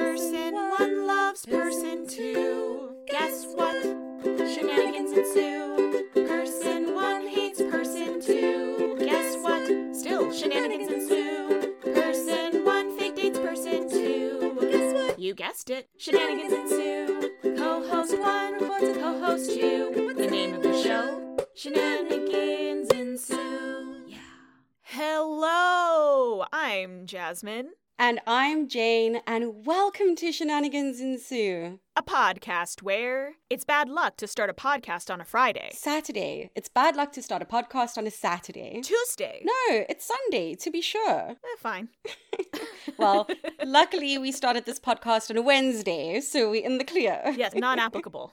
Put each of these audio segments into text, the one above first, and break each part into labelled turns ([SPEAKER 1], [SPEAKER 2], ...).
[SPEAKER 1] person, one loves person two. Guess what? Shenanigans ensue. Person one hates person two. Guess what? Still shenanigans ensue. Person one fake dates person two. Guess what? You guessed it. Shenanigans ensue. Co-host one reports to co-host two. What's the name of the show? Shenanigans ensue. Yeah.
[SPEAKER 2] Hello, I'm Jasmine,
[SPEAKER 3] And I'm Jane, and welcome to Shenanigans Ensue.
[SPEAKER 2] a podcast where it's bad luck to start a podcast on a Friday.
[SPEAKER 3] Saturday. It's bad luck to start a podcast on a Saturday.
[SPEAKER 2] Tuesday.
[SPEAKER 3] No, it's Sunday, to be sure.
[SPEAKER 2] Eh, fine.
[SPEAKER 3] Well, luckily we started this podcast on a Wednesday, so we're in the clear.
[SPEAKER 2] Yes, non applicable.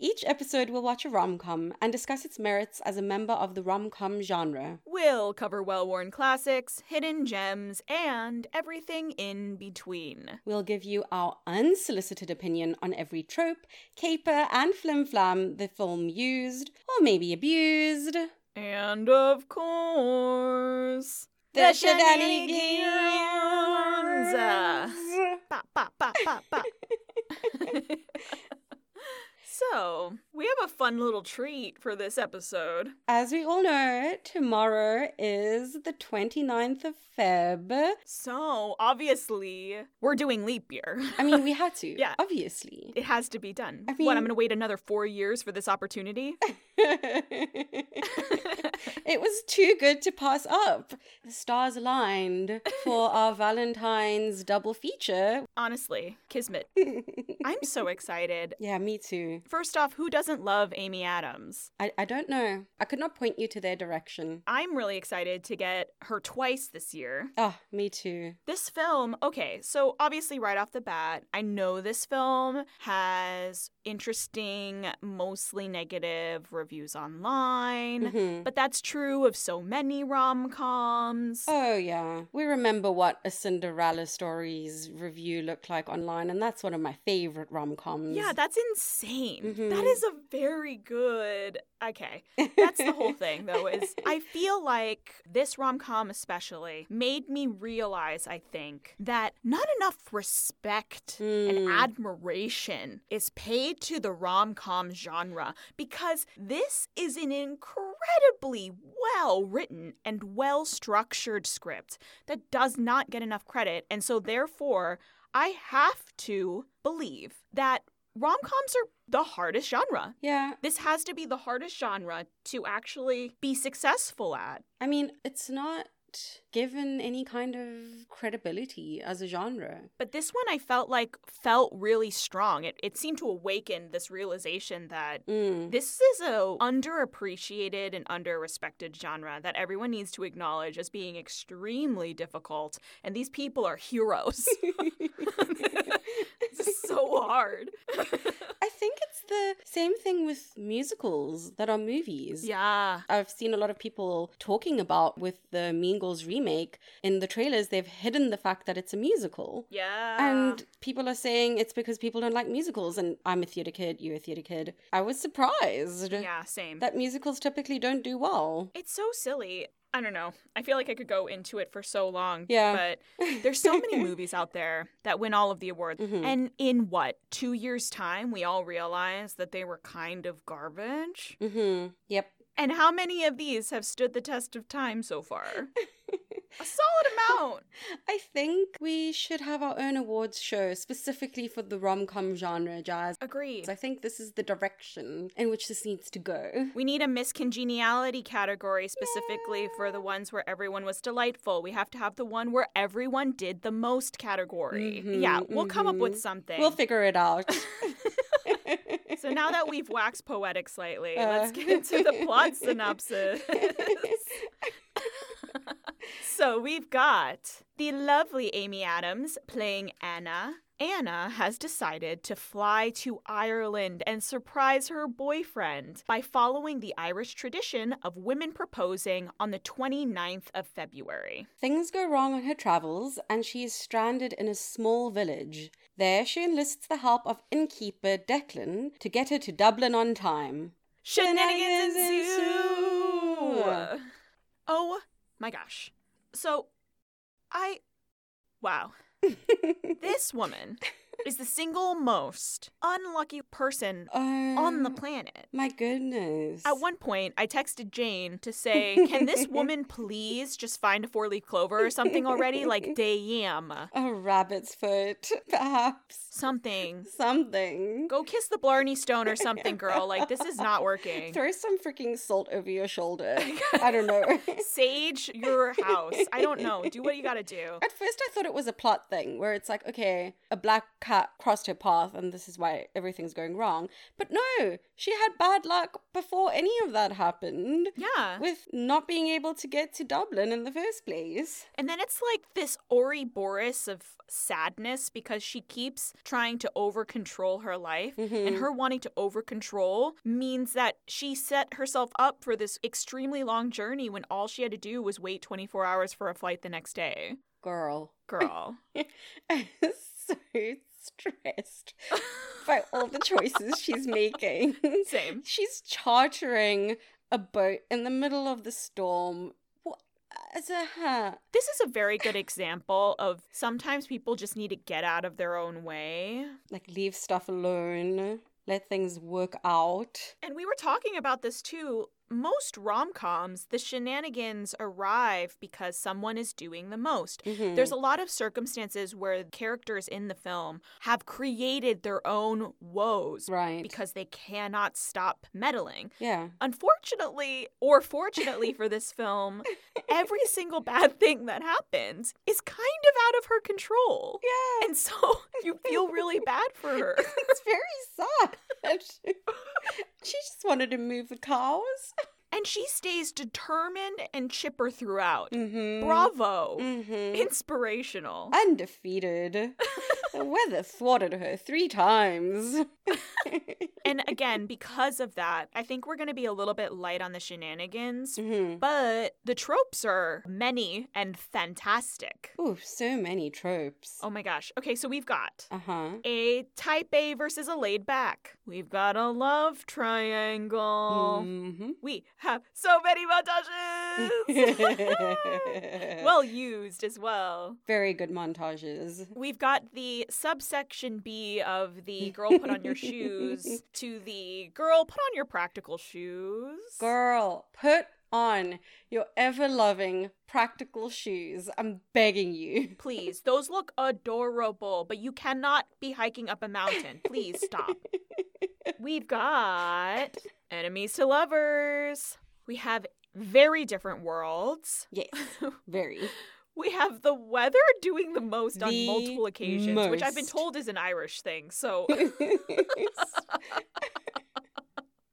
[SPEAKER 3] Each episode will watch a rom com and discuss its merits as a member of the rom com genre.
[SPEAKER 2] we'll cover well worn classics, hidden gems, and everything in between.
[SPEAKER 3] We'll give you our unsolicited opinion on every trope, caper, and flim flam the film used, or maybe abused.
[SPEAKER 2] And of course,
[SPEAKER 3] The
[SPEAKER 2] shenanigans. Bop, bop, bop, bop, bop. so, we have a fun little treat for this episode.
[SPEAKER 3] As we all know, tomorrow is the 29th of Feb.
[SPEAKER 2] So, obviously, we're doing leap year.
[SPEAKER 3] I mean, we had to,
[SPEAKER 2] Yeah.
[SPEAKER 3] obviously.
[SPEAKER 2] It has to be done.
[SPEAKER 3] I
[SPEAKER 2] what,
[SPEAKER 3] mean-
[SPEAKER 2] I'm going to wait another four years for this opportunity?
[SPEAKER 3] it was too good to pass up. The stars aligned for our Valentine's double feature.
[SPEAKER 2] Honestly, Kismet. I'm so excited.
[SPEAKER 3] Yeah, me too.
[SPEAKER 2] First off, who doesn't love Amy Adams?
[SPEAKER 3] I, I don't know. I could not point you to their direction.
[SPEAKER 2] I'm really excited to get her twice this year.
[SPEAKER 3] Oh, me too.
[SPEAKER 2] This film, okay, so obviously, right off the bat, I know this film has interesting, mostly negative reviews online,
[SPEAKER 3] Mhm.
[SPEAKER 2] but that's true of so many rom coms.
[SPEAKER 3] Oh, yeah. We remember what a Cinderella Stories review looked like online, and that's one of my favorite rom coms.
[SPEAKER 2] Yeah, that's insane. That
[SPEAKER 3] Mhm.
[SPEAKER 2] is a very good. Okay. That's the whole thing, though, is I feel like this rom com especially made me realize, I think, that not enough respect and
[SPEAKER 3] Mm.
[SPEAKER 2] admiration is paid to the rom com genre because this is an incredibly well written and well structured script that does not get enough credit. And so, therefore, I have to believe that rom coms are the hardest genre.
[SPEAKER 3] Yeah,
[SPEAKER 2] This has to be the hardest genre to actually be successful at.
[SPEAKER 3] I mean, it's not given any kind of credibility as a genre.
[SPEAKER 2] But this one I felt like felt really strong. It, it seemed to awaken this realization that
[SPEAKER 3] Mm.
[SPEAKER 2] this is a underappreciated and underrespected genre that everyone needs to acknowledge as being extremely difficult and these people are heroes. this is so hard.
[SPEAKER 3] I think it's the same thing with musicals that are movies.
[SPEAKER 2] yeah.
[SPEAKER 3] I've seen a lot of people talking about with the Mean Girls remake. In the trailers, they've hidden the fact that it's a musical.
[SPEAKER 2] Yeah.
[SPEAKER 3] And Um, people are saying it's because people don't like musicals, and I'm a theatre kid, you're a theatre kid. I was surprised
[SPEAKER 2] yeah, same.
[SPEAKER 3] that musicals typically don't do well.
[SPEAKER 2] It's so silly. I don't know. I feel like I could go into it for so long.
[SPEAKER 3] Yeah.
[SPEAKER 2] But there's so many movies out there that win all of the awards.
[SPEAKER 3] Mhm.
[SPEAKER 2] And in what, two years' time, we all realized that they were kind of garbage?
[SPEAKER 3] Mm-hmm. Yep.
[SPEAKER 2] And how many of these have stood the test of time so far? A solid amount.
[SPEAKER 3] I think we should have our own awards show specifically for the rom com genre, Jazz.
[SPEAKER 2] Agreed.
[SPEAKER 3] I think this is the direction in which this needs to go.
[SPEAKER 2] We need a miscongeniality category specifically for the ones where everyone was delightful. We have to have the one where everyone did the most category.
[SPEAKER 3] Mhm,
[SPEAKER 2] yeah, we'll come up with
[SPEAKER 3] mhm.
[SPEAKER 2] something.
[SPEAKER 3] We'll figure it out.
[SPEAKER 2] So now that we've waxed poetic slightly,
[SPEAKER 3] Uh.
[SPEAKER 2] let's get into the plot synopsis. so we've got the lovely Amy Adams playing Anna. Anna has decided to fly to Ireland and surprise her boyfriend by following the Irish tradition of women proposing on the 29th of February.
[SPEAKER 3] Things go wrong on her travels, and she is stranded in a small village. There, she enlists the help of innkeeper Declan to get her to Dublin on time.
[SPEAKER 2] Shenanigans
[SPEAKER 3] Shenanigans
[SPEAKER 2] ensue.
[SPEAKER 3] ensue.
[SPEAKER 2] Oh my gosh. So I wow. This This woman is the single most unlucky person on
[SPEAKER 3] on
[SPEAKER 2] the planet.
[SPEAKER 3] Um, My goodness.
[SPEAKER 2] At one point, I texted Jane to say, "Can this woman please just find a four-leaf clover or something already? Like, damn,
[SPEAKER 3] a rabbit's foot, perhaps.
[SPEAKER 2] something.
[SPEAKER 3] Something.
[SPEAKER 2] Go kiss the Blarney Stone or something, girl. Like, this is not working.
[SPEAKER 3] Throw some freaking salt over your shoulder. I don't know.
[SPEAKER 2] Sage your house. I don't know. Do what you gotta do.
[SPEAKER 3] At first, I thought it was a plot thing where it's like, okay, a black cat crossed her path and this is why everything's going wrong. But no, she had bad luck before any of that happened
[SPEAKER 2] Yeah.
[SPEAKER 3] with not being able to get to Dublin in the first place.
[SPEAKER 2] And then it's like this Ori Boris of sadness because she keeps trying to over control her life. And her wanting to over control means that she set herself up for this extremely long journey when all she had to do was wait 24 hours for a flight the next day.
[SPEAKER 3] Girl.
[SPEAKER 2] Girl.
[SPEAKER 3] so stressed by all the choices she's making.
[SPEAKER 2] Same.
[SPEAKER 3] She's chartering a boat in the middle of the storm. What? As a hat.
[SPEAKER 2] This is a very good example of sometimes people just need to get out of their own way.
[SPEAKER 3] Like, leave stuff alone. Let things work out.
[SPEAKER 2] And we were talking about this too. Most rom coms, the shenanigans arrive because someone is doing the most.
[SPEAKER 3] Mm-hmm.
[SPEAKER 2] There's a lot of circumstances where characters in the film have created their own woes
[SPEAKER 3] Right.
[SPEAKER 2] because they cannot stop meddling.
[SPEAKER 3] yeah.
[SPEAKER 2] Unfortunately, or fortunately for this film, every single bad thing that happens is kind of out of her control.
[SPEAKER 3] Yeah.
[SPEAKER 2] And so you feel really bad for her.
[SPEAKER 3] It's very sad. she just wanted to move the cows.
[SPEAKER 2] And she stays determined and chipper throughout.
[SPEAKER 3] Mm-hmm.
[SPEAKER 2] Bravo.
[SPEAKER 3] Mm-hmm.
[SPEAKER 2] Inspirational.
[SPEAKER 3] Undefeated. the weather thwarted her three times.
[SPEAKER 2] and again, because of that, I think we're going to be a little bit light on the shenanigans,
[SPEAKER 3] Mm-hmm.
[SPEAKER 2] but the tropes are many and fantastic.
[SPEAKER 3] Ooh, so many tropes.
[SPEAKER 2] Oh my gosh. Okay, so we've got
[SPEAKER 3] Uh huh.
[SPEAKER 2] a type A versus a laid back. We've got a love triangle.
[SPEAKER 3] hmm
[SPEAKER 2] We have so many montages. well used as well.
[SPEAKER 3] very good montages.
[SPEAKER 2] We've got the subsection B of the girl put on your shoes to the girl put on your practical shoes.
[SPEAKER 3] Girl, put on your ever loving practical shoes. I'm begging you.
[SPEAKER 2] Please, those look adorable, but you cannot be hiking up a mountain. Please stop. We've got enemies to lovers. We have very different worlds.
[SPEAKER 3] Yes, very.
[SPEAKER 2] We have the weather doing the most on
[SPEAKER 3] The
[SPEAKER 2] multiple occasions, which I've been
[SPEAKER 3] most.
[SPEAKER 2] told is an Irish thing. So
[SPEAKER 3] mm-hmm.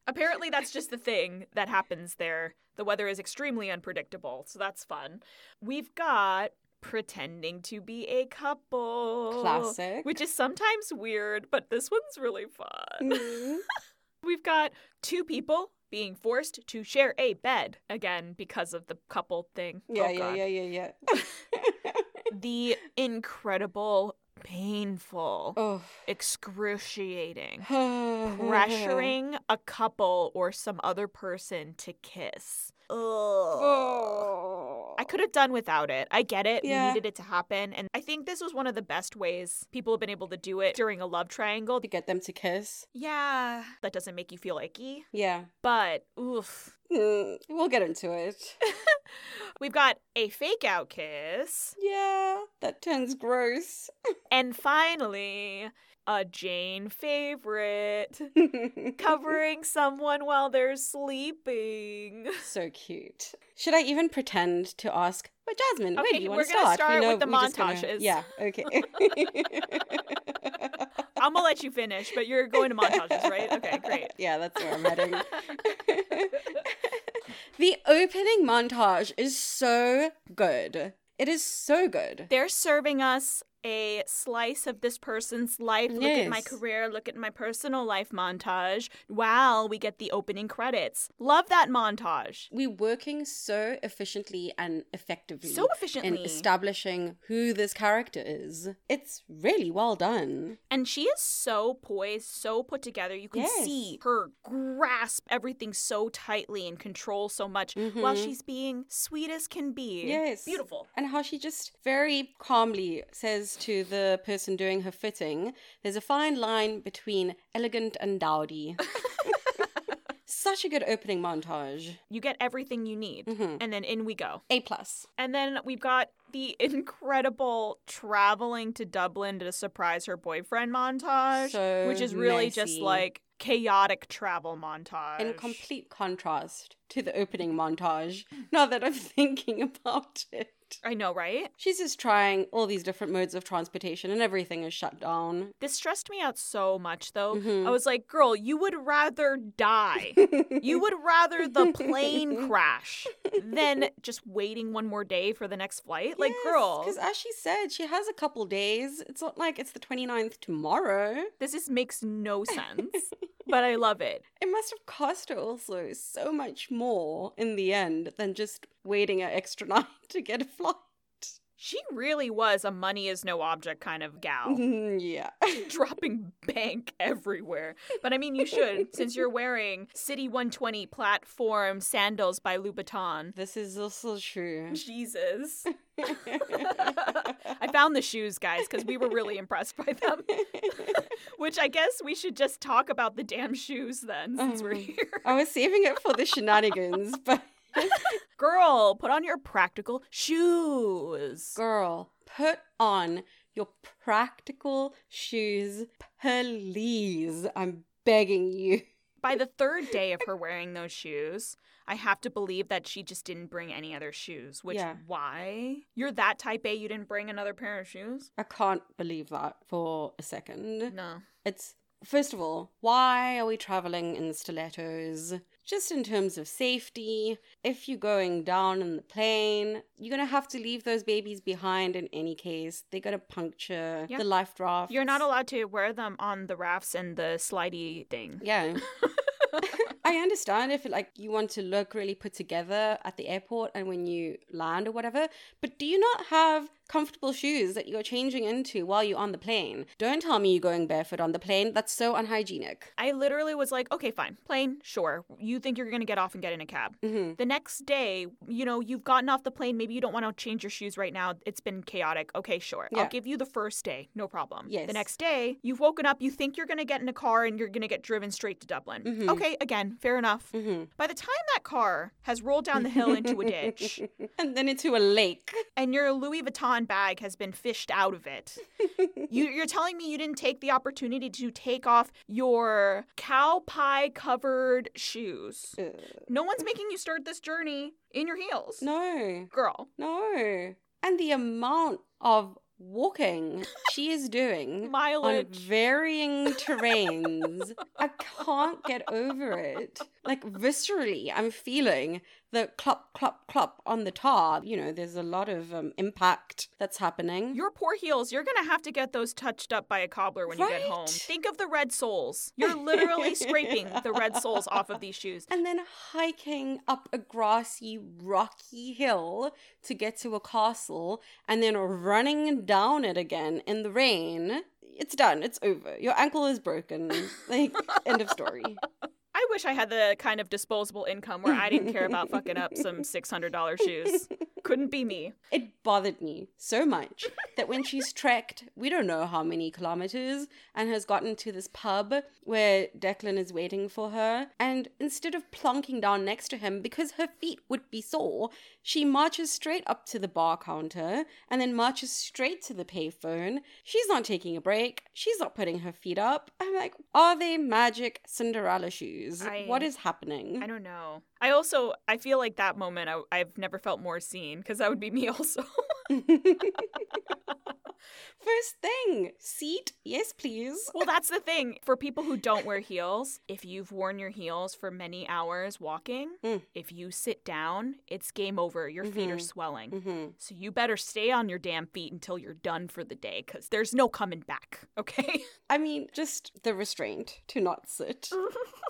[SPEAKER 2] Apparently, that's just the thing that happens there. The weather is extremely unpredictable, so that's fun. We've got pretending to be a couple.
[SPEAKER 3] Classic.
[SPEAKER 2] Oh, Which is sometimes weird, but this one's really fun.
[SPEAKER 3] Mm-hmm.
[SPEAKER 2] We've got two people being forced to share a bed, again, because of the couple thing.
[SPEAKER 3] Yeah,
[SPEAKER 2] Oh,
[SPEAKER 3] yeah,
[SPEAKER 2] God.
[SPEAKER 3] yeah, yeah, yeah.
[SPEAKER 2] The incredible, painful,
[SPEAKER 3] oh.
[SPEAKER 2] excruciating.
[SPEAKER 3] Mm-hmm. Pressuring.
[SPEAKER 2] pressuring a couple or some other person to kiss. Ugh.
[SPEAKER 3] Oh.
[SPEAKER 2] I could have done without it. I get it.
[SPEAKER 3] Yeah.
[SPEAKER 2] We needed it to happen. And I think this was one of the best ways people have been able to do it during a love triangle.
[SPEAKER 3] to get them to kiss.
[SPEAKER 2] Yeah, that doesn't make you feel icky,
[SPEAKER 3] Yeah.
[SPEAKER 2] but oof.
[SPEAKER 3] Mm, we'll get into it.
[SPEAKER 2] We've got a fake out kiss.
[SPEAKER 3] yeah, that turns gross.
[SPEAKER 2] And finally, a Jane favorite covering someone while they're sleeping.
[SPEAKER 3] so cute. Should I even pretend to ask, but Jasmine, where
[SPEAKER 2] Okay,
[SPEAKER 3] do you
[SPEAKER 2] we're
[SPEAKER 3] want to
[SPEAKER 2] gonna
[SPEAKER 3] start?
[SPEAKER 2] start with the
[SPEAKER 3] we're just gonna-
[SPEAKER 2] montages.
[SPEAKER 3] Yeah, okay.
[SPEAKER 2] I'm gonna let you finish, but you're going to montages, right? Okay, great.
[SPEAKER 3] Yeah, that's where I'm heading. the opening montage is so good. It is so good.
[SPEAKER 2] They're serving us a slice of this person's life. Look at my
[SPEAKER 3] Yes.
[SPEAKER 2] career, look at my personal life montage. Wow, we get the opening credits. Love that montage.
[SPEAKER 3] We're working so efficiently and effectively.
[SPEAKER 2] So efficiently.
[SPEAKER 3] in establishing who this character is. It's really well done.
[SPEAKER 2] and she is so poised, so put together. You can
[SPEAKER 3] Yes.
[SPEAKER 2] see her grasp everything so tightly and control so much while she's being sweet as can be.
[SPEAKER 3] Mm-hmm. Yes.
[SPEAKER 2] Beautiful.
[SPEAKER 3] And how she just very calmly says, notes to the person doing her fitting there's a fine line between elegant and dowdy. Such a good opening montage.
[SPEAKER 2] You get everything you need,
[SPEAKER 3] Mm-hmm.
[SPEAKER 2] and then in we go.
[SPEAKER 3] A plus.
[SPEAKER 2] And then we've got the incredible traveling to Dublin to surprise her boyfriend montage,
[SPEAKER 3] So
[SPEAKER 2] which is really just
[SPEAKER 3] messy.
[SPEAKER 2] like chaotic travel montage.
[SPEAKER 3] In complete contrast to the opening montage, now that I'm thinking about it.
[SPEAKER 2] I know, right?
[SPEAKER 3] She's just trying all these different modes of transportation and everything is shut down.
[SPEAKER 2] This stressed me out so much, though.
[SPEAKER 3] Mm-hmm.
[SPEAKER 2] I was like, girl, you would rather die. you would rather the plane crash than just waiting one more day for the next flight? Like, girl,
[SPEAKER 3] Because as she said, she has a couple days. It's not like it's the 29th tomorrow.
[SPEAKER 2] this just makes no sense. but I love it.
[SPEAKER 3] It must have cost her also so much more in the end than just waiting an extra night to get a flight.
[SPEAKER 2] She really was a money is no object kind of gal.
[SPEAKER 3] Mhm, yeah.
[SPEAKER 2] dropping bank everywhere. But I mean, you should, since you're wearing City 120 platform sandals by Louboutin.
[SPEAKER 3] This is also true.
[SPEAKER 2] Jesus. I found the shoes, guys, because we were really impressed by them. Which I guess we should just talk about the damn shoes then, since we're
[SPEAKER 3] Um.
[SPEAKER 2] here.
[SPEAKER 3] I was saving it for the shenanigans, but
[SPEAKER 2] Girl, put on your practical shoes.
[SPEAKER 3] girl, put on your practical shoes, please. I'm begging you.
[SPEAKER 2] By the third day of her wearing those shoes, I have to believe that she just didn't bring any other shoes. Which,
[SPEAKER 3] Yeah.
[SPEAKER 2] why? You're that type A, you didn't bring another pair of shoes?
[SPEAKER 3] I can't believe that for a second.
[SPEAKER 2] No.
[SPEAKER 3] It's first of all, why are we traveling in stilettos? Just in terms of safety, if you're going down in the plane, you're gonna have to leave those babies behind in any case. They're gonna puncture
[SPEAKER 2] Yeah.
[SPEAKER 3] the life raft.
[SPEAKER 2] You're not allowed to wear them on the rafts and the slidey thing.
[SPEAKER 3] Yeah. I understand if like you want to look really put together at the airport and when you land or whatever, but do you not have comfortable shoes that you're changing into while you're on the plane? Don't tell me you're going barefoot on the plane. That's so unhygienic.
[SPEAKER 2] I literally was like, okay, fine, plane, sure. You think you're going to get off and get in a cab.
[SPEAKER 3] hmm
[SPEAKER 2] The next day, you know, you've gotten off the plane. Maybe you don't want to change your shoes right now. It's been chaotic. Okay, sure.
[SPEAKER 3] Yeah.
[SPEAKER 2] I'll give you the first day. No problem.
[SPEAKER 3] Yes.
[SPEAKER 2] The next day, you've woken up. You think you're going to get in a car and you're going to get driven straight to Dublin.
[SPEAKER 3] Mhm.
[SPEAKER 2] Okay, again, fair enough.
[SPEAKER 3] hmm
[SPEAKER 2] By the time that car has rolled down the hill into a ditch
[SPEAKER 3] and then into a lake.
[SPEAKER 2] and your Louis Vuitton bag has been fished out of it, you, you're telling me you didn't take the opportunity to take off your cow pie covered shoes.
[SPEAKER 3] Ugh.
[SPEAKER 2] No one's making you start this journey in your heels.
[SPEAKER 3] no,
[SPEAKER 2] Girl.
[SPEAKER 3] no. And the amount of walking she is doing Mm, on
[SPEAKER 2] Mileage.
[SPEAKER 3] varying terrains, I can't get over it. Like, viscerally, I'm feeling the clop, clop, clop on the tar. You know, there's a lot of um, impact that's happening.
[SPEAKER 2] Your poor heels, you're going to have to get those touched up by a cobbler when you get home.
[SPEAKER 3] Right?
[SPEAKER 2] Think of the red soles. You're literally scraping the red soles off of these shoes.
[SPEAKER 3] and then hiking up a grassy, rocky hill to get to a castle, and then running down it again in the rain. It's done. It's over. Your ankle is broken. Like, end of story.
[SPEAKER 2] I wish I had the kind of disposable income where I didn't care about fucking up some $600 shoes. Couldn't be me.
[SPEAKER 3] It bothered me so much that when she's trekked, we don't know how many kilometers, and has gotten to this pub where Declan is waiting for her, and instead of plonking down next to him because her feet would be sore, she marches straight up to the bar counter and then marches straight to the payphone. She's not taking a break, she's not putting her feet up. I'm like, are they magic Cinderella shoes?
[SPEAKER 2] I-
[SPEAKER 3] what is happening?
[SPEAKER 2] I don't know. I also I feel like that moment I, I've never felt more seen because that would be me also.
[SPEAKER 3] First thing, seat, yes, please.
[SPEAKER 2] well, that's the thing for people who don't wear heels. If you've worn your heels for many hours walking,
[SPEAKER 3] Mm.
[SPEAKER 2] if you sit down, it's game over. Your feet are swelling.
[SPEAKER 3] Mm-hmm.
[SPEAKER 2] So you better stay on your damn feet until you're done for the day cuz there's no coming back, okay?
[SPEAKER 3] I mean, just the restraint to not sit.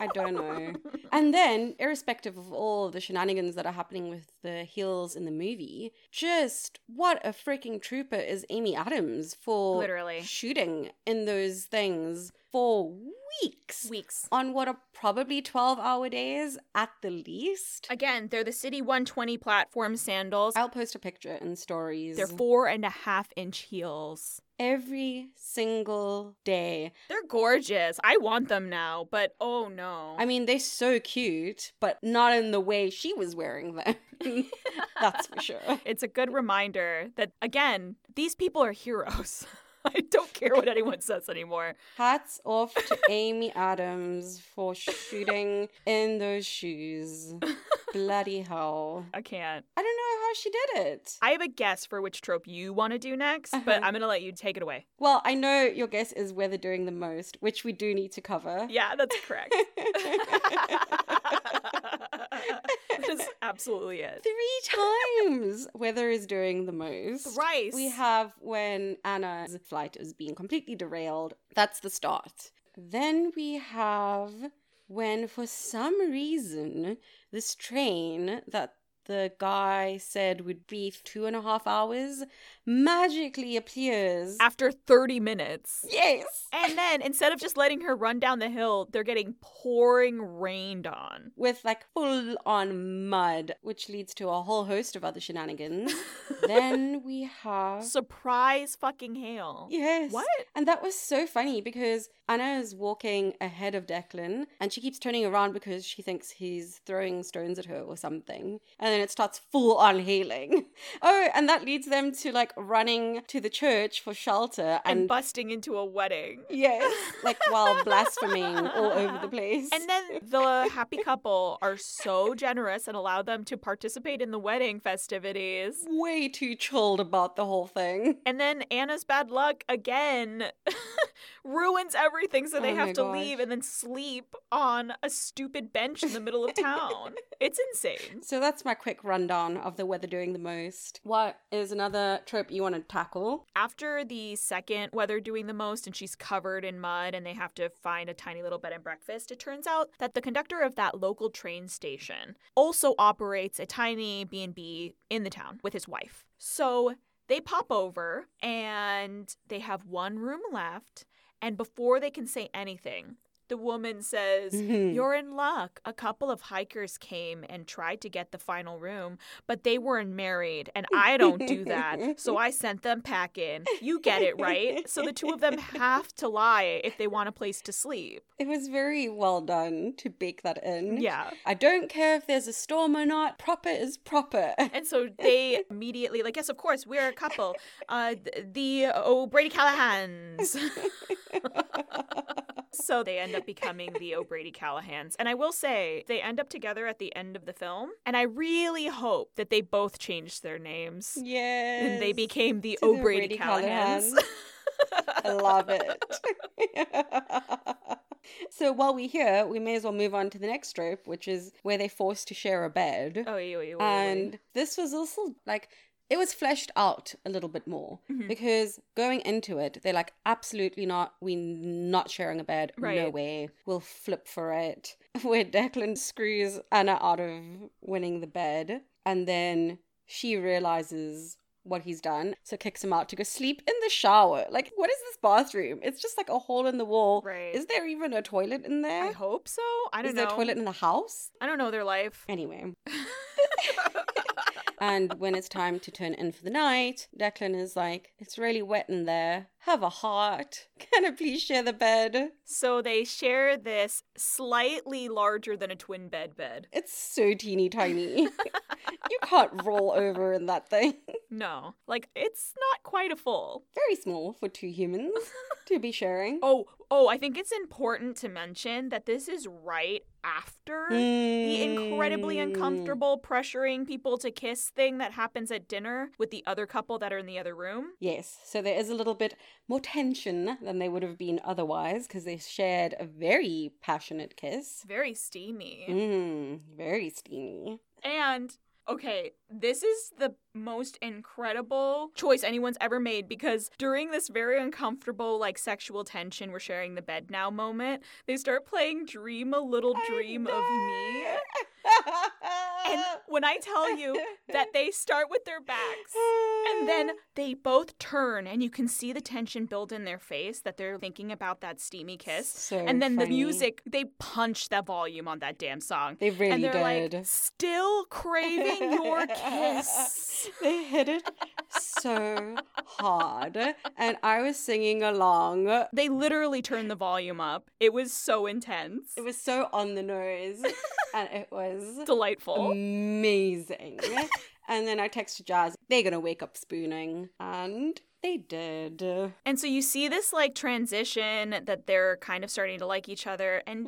[SPEAKER 3] I don't know. And then, irrespective of all the shenanigans that are happening with the heels in the movie, just what a freaking trooper is Amy Adams for
[SPEAKER 2] Literally.
[SPEAKER 3] shooting in those things for weeks
[SPEAKER 2] Weeks.
[SPEAKER 3] on what are probably 12 hour days at the least.
[SPEAKER 2] Again, they're the City 120 platform sandals.
[SPEAKER 3] I'll post a picture in stories.
[SPEAKER 2] They're four and a half inch heels.
[SPEAKER 3] every single day.
[SPEAKER 2] They're gorgeous. I want them now, but oh no.
[SPEAKER 3] I mean, they're so cute, but not in the way she was wearing them. That's for sure.
[SPEAKER 2] it's a good reminder that, again, these people are heroes. I don't care what anyone says anymore.
[SPEAKER 3] Hats off to Amy Adams for shooting in those shoes. Bloody hell.
[SPEAKER 2] I can't.
[SPEAKER 3] I don't know how she did it.
[SPEAKER 2] I have a guess for which trope you want to do next,
[SPEAKER 3] Uh-huh.
[SPEAKER 2] but I'm going to let you take it away.
[SPEAKER 3] Well, I know your guess is where they're doing the most, which we do need to cover.
[SPEAKER 2] Yeah, that's correct. that is absolutely it.
[SPEAKER 3] Three times weather is doing the most.
[SPEAKER 2] Rice.
[SPEAKER 3] We have when Anna's flight is being completely derailed. That's the start. Then we have when, for some reason, this train that the guy said would be two and a half hours magically appears.
[SPEAKER 2] after 30 minutes.
[SPEAKER 3] yes!
[SPEAKER 2] And then instead of just letting her run down the hill, they're getting pouring rained on.
[SPEAKER 3] With like full on mud, which leads to a whole host of other shenanigans. then we have.
[SPEAKER 2] Surprise fucking hail.
[SPEAKER 3] Yes.
[SPEAKER 2] What?
[SPEAKER 3] And that was so funny because Anna is walking ahead of Declan and she keeps turning around because she thinks he's throwing stones at her or something. And then it starts full on hailing. Oh, and that leads them to like running to the church for shelter
[SPEAKER 2] And,
[SPEAKER 3] and,
[SPEAKER 2] busting into a wedding.
[SPEAKER 3] yes, like while blaspheming all over the place.
[SPEAKER 2] And then the happy couple are so generous and allow them to participate in the wedding festivities.
[SPEAKER 3] way too chilled about the whole thing.
[SPEAKER 2] And then Anna's bad luck again ruins everything, so they
[SPEAKER 3] Oh my
[SPEAKER 2] have to
[SPEAKER 3] gosh.
[SPEAKER 2] leave and then sleep on a stupid bench in the middle of town. it's insane.
[SPEAKER 3] So that's my quick rundown of the weather doing the most. What is another trope you want to tackle?
[SPEAKER 2] after the second weather doing the most and she's covered in mud and they have to find a tiny little bed and breakfast it turns out that the conductor of that local train station also operates a tiny b&b in the town with his wife so they pop over and they have one room left and before they can say anything the woman says you're in luck. A couple of hikers came and tried to get the final room, but they weren't married, and I don't do that. So I sent them packing. You get it, right? So the two of them have to lie if they want a place to sleep.
[SPEAKER 3] It was very well done to bake that in.
[SPEAKER 2] Yeah.
[SPEAKER 3] I don't care if there's a storm or not, proper is proper.
[SPEAKER 2] And so they immediately, like, yes, of course, we're a couple. Uh, th- the O'Brady Callahans. so they end up becoming the O'Brady Callahans. And I will say, they end up together at the end of the film. And I really hope that they both changed their names.
[SPEAKER 3] Yes.
[SPEAKER 2] And they became the
[SPEAKER 3] To the
[SPEAKER 2] O'Brady
[SPEAKER 3] Brady
[SPEAKER 2] Callahans.
[SPEAKER 3] Callahans. I love it. so while we're here, we may as well move on to the next trope, which is where they're forced to share a bed.
[SPEAKER 2] Oh, yeah, yeah,
[SPEAKER 3] And this was also like it was fleshed out a little bit more
[SPEAKER 2] Mhm.
[SPEAKER 3] because going into it, they're like, absolutely not. We're not sharing a bed. No
[SPEAKER 2] Right.
[SPEAKER 3] way. We'll flip for it. Where Declan screws Anna out of winning the bed, and then she realizes what he's done, so kicks him out to go sleep in the shower. Like, what is this bathroom? It's just like a hole in the wall.
[SPEAKER 2] Right.
[SPEAKER 3] Is there even a toilet in there?
[SPEAKER 2] I hope so. I don't
[SPEAKER 3] is
[SPEAKER 2] know.
[SPEAKER 3] there a toilet in the house?
[SPEAKER 2] I don't know their life.
[SPEAKER 3] Anyway. and when it's time to turn in for the night, Declan is like, It's really wet in there. Have a heart. Can I please share the bed?
[SPEAKER 2] So they share this slightly larger than a twin bed bed.
[SPEAKER 3] It's so teeny tiny. you can't roll over in that thing.
[SPEAKER 2] No, like it's not quite a full.
[SPEAKER 3] Very small for two humans to be sharing.
[SPEAKER 2] Oh, oh, I think it's important to mention that this is right after the incredibly
[SPEAKER 3] Mm.
[SPEAKER 2] uncomfortable pressuring people to kiss thing that happens at dinner with the other couple that are in the other room.
[SPEAKER 3] Yes, so there is a little bit more tension than there would have been otherwise because they shared a very passionate
[SPEAKER 2] It's
[SPEAKER 3] kiss.
[SPEAKER 2] very steamy.
[SPEAKER 3] Mmm, very steamy.
[SPEAKER 2] And okay, this is the most incredible choice anyone's ever made because during this very uncomfortable, like sexual tension, we're sharing the bed now moment, they start playing Dream a Little Dream of Me. And when I tell you that they start with their backs and then they both turn and you can see the tension build in their face that they're thinking about that steamy kiss.
[SPEAKER 3] So
[SPEAKER 2] and then the
[SPEAKER 3] funny.
[SPEAKER 2] music, they punch the volume on that damn song.
[SPEAKER 3] They really
[SPEAKER 2] and they're like,
[SPEAKER 3] did.
[SPEAKER 2] still craving your kiss.
[SPEAKER 3] they hit it so hard. And I was singing along. It
[SPEAKER 2] They literally turned the volume up. It was so intense. It was
[SPEAKER 3] was so on the nose. And it was Mm.
[SPEAKER 2] delightful.
[SPEAKER 3] amazing. and then I texted Jazz, they're going to wake up spooning. And they did.
[SPEAKER 2] And so you see this like transition that they're kind of starting to like each other and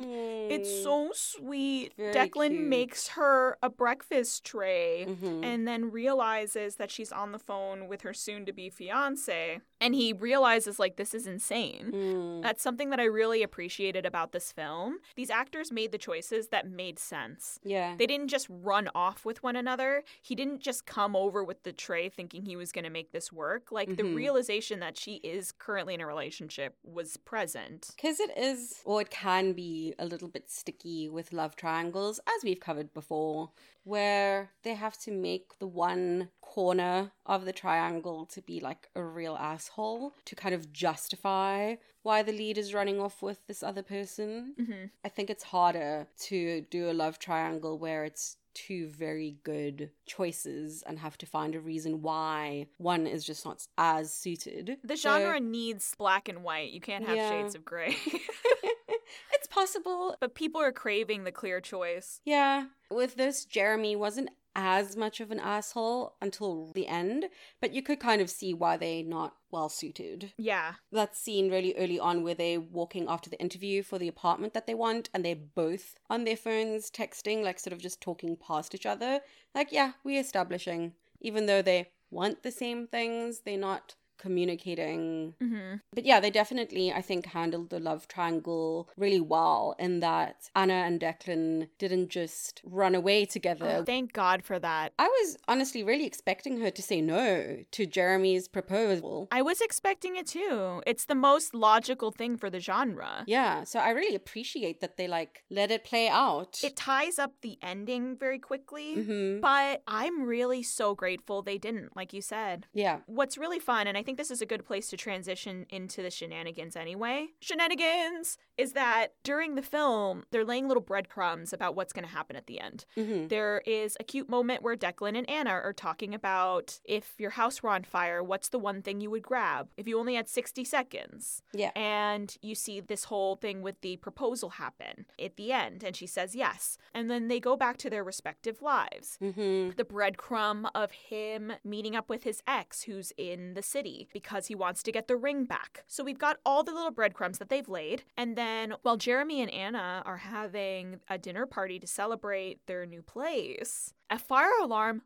[SPEAKER 2] It's
[SPEAKER 3] Mm.
[SPEAKER 2] so sweet.
[SPEAKER 3] Very
[SPEAKER 2] Declan
[SPEAKER 3] cute.
[SPEAKER 2] makes her a breakfast tray
[SPEAKER 3] Mhm.
[SPEAKER 2] and then realizes that she's on the phone with her soon to be fiance. And he realizes, like, this is insane.
[SPEAKER 3] Mm.
[SPEAKER 2] That's something that I really appreciated about this film. These actors made the choices that made sense.
[SPEAKER 3] Yeah.
[SPEAKER 2] They didn't just run off with one another. He didn't just come over with the tray thinking he was going to make this work. Like, the
[SPEAKER 3] Mhm.
[SPEAKER 2] realization that she is currently in a relationship was present.
[SPEAKER 3] Because it is, or it can be, a little bit sticky with love triangles, as we've covered before, where they have to make the one corner of the triangle to be like a real asshole to kind of justify why the lead is running off with this other person.
[SPEAKER 2] hmm
[SPEAKER 3] I think it's harder to do a love triangle where it's two very good choices and have to find a reason why one is just not as suited.
[SPEAKER 2] The
[SPEAKER 3] So-
[SPEAKER 2] genre needs black and white. You can't have
[SPEAKER 3] Yeah.
[SPEAKER 2] shades of gray.
[SPEAKER 3] it's possible
[SPEAKER 2] but people are craving the clear choice.
[SPEAKER 3] Yeah. With this, Jeremy wasn't as much of an asshole until the end, but you could kind of see why they're not well suited.
[SPEAKER 2] Yeah.
[SPEAKER 3] That scene really early on where they're walking after the interview for the apartment that they want and they're both on their phones texting, like sort of just talking past each other. Like, yeah, we're establishing. Even though they want the same things, they're not communicating
[SPEAKER 2] hmm
[SPEAKER 3] but yeah, they definitely, I think, handled the love triangle really well in that Anna and Declan didn't just run away together.
[SPEAKER 2] Oh, Thank God for that.
[SPEAKER 3] I was honestly really expecting her to say no to Jeremy's proposal.
[SPEAKER 2] I was expecting it too. It's the most logical thing for the genre.
[SPEAKER 3] Yeah, so I really appreciate that they like let it play out.
[SPEAKER 2] It ties up the ending very quickly,
[SPEAKER 3] hmm
[SPEAKER 2] but I'm really so grateful they didn't, like you said.
[SPEAKER 3] Yeah.
[SPEAKER 2] What's really fun, and I think this is a good place to transition into the shenanigans anyway. Shenanigans is that during the film, they're laying little breadcrumbs about what's going to happen at the end.
[SPEAKER 3] hmm
[SPEAKER 2] There is a cute moment where Declan and Anna are talking about if your house were on fire, what's the one thing you would grab if you only had 60 seconds?
[SPEAKER 3] Yeah.
[SPEAKER 2] And you see this whole thing with the proposal happen at the end, and she says yes. And then they go back to their respective lives
[SPEAKER 3] hmm
[SPEAKER 2] the breadcrumb of him meeting up with his ex who's in the city because he wants to get the ring back. So we've got all the little breadcrumbs that they've laid. And then while Jeremy and Anna are having a dinner party to celebrate their new place, a fire alarm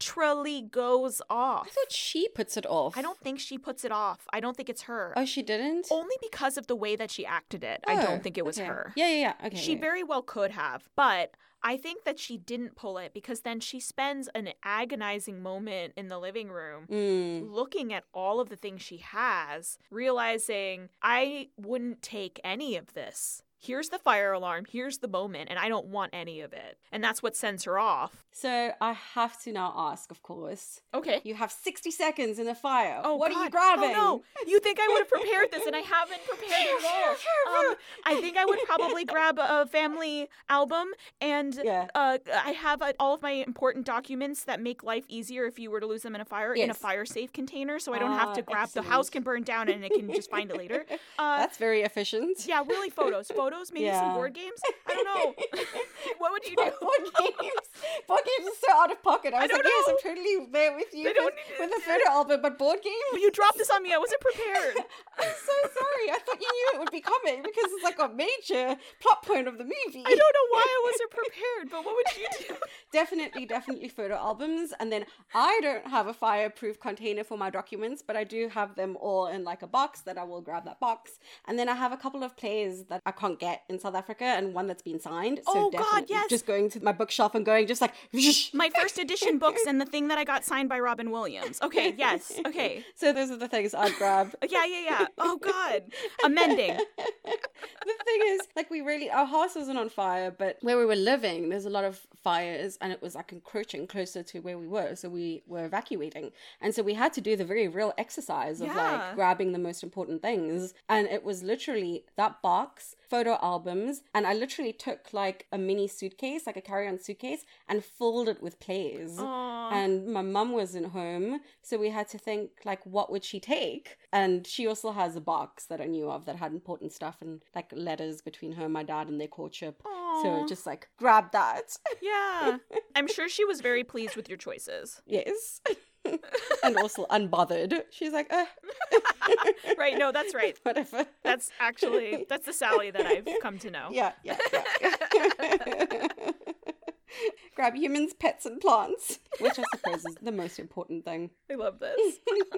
[SPEAKER 2] literally goes
[SPEAKER 3] I
[SPEAKER 2] off.
[SPEAKER 3] thought she puts it off.
[SPEAKER 2] I don't think she puts it off. I don't think it's her.
[SPEAKER 3] Oh, she didn't?
[SPEAKER 2] Only because of the way that she acted it. I
[SPEAKER 3] Oh,
[SPEAKER 2] don't think it was
[SPEAKER 3] okay.
[SPEAKER 2] her.
[SPEAKER 3] Yeah, yeah, yeah. Okay.
[SPEAKER 2] She
[SPEAKER 3] yeah.
[SPEAKER 2] very well could have, but I think that she didn't pull it because then she spends an agonizing moment in the living room
[SPEAKER 3] Mm.
[SPEAKER 2] looking at all of the things she has, realizing I wouldn't take any of this. Here's the fire alarm, here's the moment, and I don't want any of it. And that's what sends her off.
[SPEAKER 3] So I have to now ask, of course.
[SPEAKER 2] Okay.
[SPEAKER 3] You have 60 seconds in a fire.
[SPEAKER 2] Oh,
[SPEAKER 3] what
[SPEAKER 2] God.
[SPEAKER 3] are you grabbing?
[SPEAKER 2] Oh, no. You think I would have prepared this, and I haven't prepared it at all. Um, I think I would probably grab a family album and
[SPEAKER 3] Yeah.
[SPEAKER 2] uh, I have uh, all of my important documents that make life easier if you were to lose them in a fire in a
[SPEAKER 3] Yes.
[SPEAKER 2] fire safe container, so I don't have
[SPEAKER 3] Ah,
[SPEAKER 2] to grab the house
[SPEAKER 3] excellent.
[SPEAKER 2] can burn down and it can just find it later. Uh,
[SPEAKER 3] That's very efficient.
[SPEAKER 2] yeah, really photos, photos, maybe some
[SPEAKER 3] Yeah.
[SPEAKER 2] board games. I don't know. what would you do?
[SPEAKER 3] board games. Board games are so out of pocket. I was
[SPEAKER 2] don't
[SPEAKER 3] like, yes, I'm totally there with you
[SPEAKER 2] They don't
[SPEAKER 3] with,
[SPEAKER 2] need to
[SPEAKER 3] with a
[SPEAKER 2] do-
[SPEAKER 3] photo album, but board games?
[SPEAKER 2] You dropped this on me. I wasn't prepared.
[SPEAKER 3] I'm so sorry. I thought you knew it would be coming because it's like a major plot point of the movie.
[SPEAKER 2] I don't know why I wasn't prepared, but what would you do?
[SPEAKER 3] Definitely, definitely photo albums. And then I don't have a fireproof container for my documents, but I do have them all in like a box that I will grab that box. And then I have a couple of plays that I can't get in South Africa and one that's been signed. So
[SPEAKER 2] Oh, God,
[SPEAKER 3] definitely
[SPEAKER 2] yes.
[SPEAKER 3] Just going to my bookshelf and going just like,
[SPEAKER 2] My first edition books and the thing that I got signed by Robin Williams. Okay, yes. Okay.
[SPEAKER 3] So those are the things I'd grab.
[SPEAKER 2] Yeah, yeah, yeah. Oh God. Amending.
[SPEAKER 3] the thing thing is, like, we really, our house isn't on fire, but where we were living, there's a lot of fires, and it was like encroaching closer to where we were. So we were evacuating. And so we had to do the very real exercise of
[SPEAKER 2] Yeah.
[SPEAKER 3] like grabbing the most important things. And it was literally that box, photo albums, and I literally took like a mini suitcase, like a carry on suitcase, and filled it with plays
[SPEAKER 2] Aw.
[SPEAKER 3] and my mum wasn't home so we had to think like what would she take and she also has a box that i knew of that had important stuff and like letters between her and my dad and their courtship so
[SPEAKER 2] Aw.
[SPEAKER 3] just like grab that
[SPEAKER 2] yeah. I'm sure she was very pleased with your choices.
[SPEAKER 3] yes and also unbothered she's like uh,
[SPEAKER 2] Right. No, that's right.
[SPEAKER 3] whatever
[SPEAKER 2] That's actually that's the Sally that I've come to know.
[SPEAKER 3] yeah yeah, yeah. grab humans pets and plants which i suppose is the most important thing
[SPEAKER 2] I love this.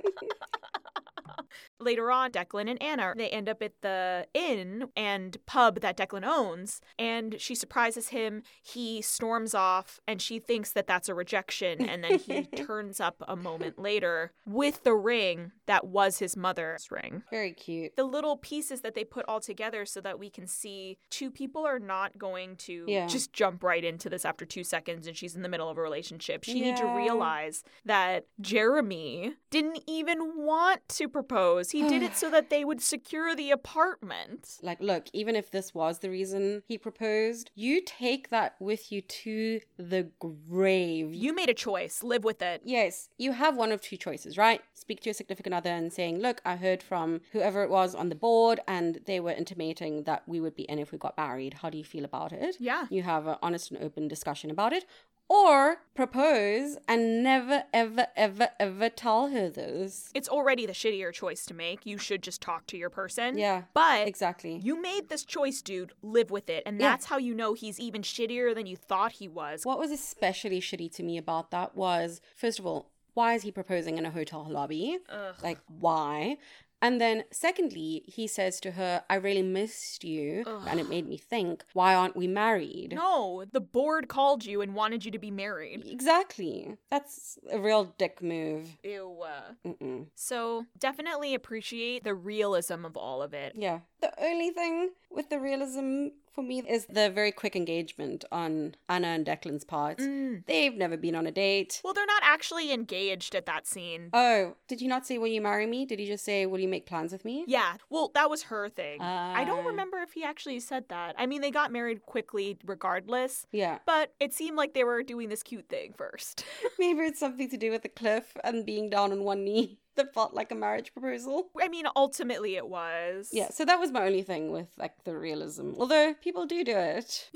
[SPEAKER 2] Later on, Declan and Anna, they end up at the inn and pub that Declan owns, and she surprises him. He storms off, and she thinks that that's a rejection, and then he turns up a moment later with the ring that was his mother's ring.
[SPEAKER 3] very cute
[SPEAKER 2] The little pieces that they put all together so that we can see two people are not going to
[SPEAKER 3] Yeah.
[SPEAKER 2] just jump right into this after two seconds and she's in the middle of a relationship. She needs to
[SPEAKER 3] Yeah.
[SPEAKER 2] realize that Jeremy didn't even want to propose. He did it so that they would secure the apartment.
[SPEAKER 3] Like, look, even if this was the reason he proposed, you take that with you to the grave. You-
[SPEAKER 2] You made a choice. Live with it.
[SPEAKER 3] yes, you have one of two choices, right? Speak to your significant other and saying, look, I heard from whoever it was on the board and they were intimating that we would be in if we got married. How do you feel about it?
[SPEAKER 2] Yeah.
[SPEAKER 3] You have an honest and open discussion about it. Or propose and never, ever, ever, ever tell her this.
[SPEAKER 2] It's already the shittier choice to make. You should just talk to your person.
[SPEAKER 3] Yeah,
[SPEAKER 2] But
[SPEAKER 3] exactly.
[SPEAKER 2] You made this choice, dude. Live with it. And
[SPEAKER 3] Yeah.
[SPEAKER 2] that's how you know he's even shittier than you thought he was.
[SPEAKER 3] What was especially shitty to me about that was, first of all, why is he proposing in a hotel lobby?
[SPEAKER 2] Ugh.
[SPEAKER 3] Like, why? And then, secondly, he says to her, I really missed you. And it made me think, why aren't we married?
[SPEAKER 2] No, the board called you and wanted you to be married.
[SPEAKER 3] Exactly. That's a real dick move.
[SPEAKER 2] Ew. uh.
[SPEAKER 3] Mm-mm.
[SPEAKER 2] So definitely appreciate the realism of all of it.
[SPEAKER 3] Yeah. The only thing with the realism for me is the very quick engagement on Anna and Declan's part.
[SPEAKER 2] Mm.
[SPEAKER 3] They've never been on a date.
[SPEAKER 2] Well, they're not actually engaged at that scene.
[SPEAKER 3] Oh, did you not say, Will you marry me? Did he just say, Will you make plans with me?
[SPEAKER 2] yeah, well, that was her thing. I don't
[SPEAKER 3] Ah.
[SPEAKER 2] remember if he actually said that. I mean, they got married quickly regardless,
[SPEAKER 3] Yeah.
[SPEAKER 2] but it seemed like they were doing this cute thing first.
[SPEAKER 3] Maybe it's something to do with the cliff and being down on one knee that felt like a marriage proposal.
[SPEAKER 2] I mean, ultimately it was.
[SPEAKER 3] Yeah, so that was my only thing with like the realism. Although people do do it.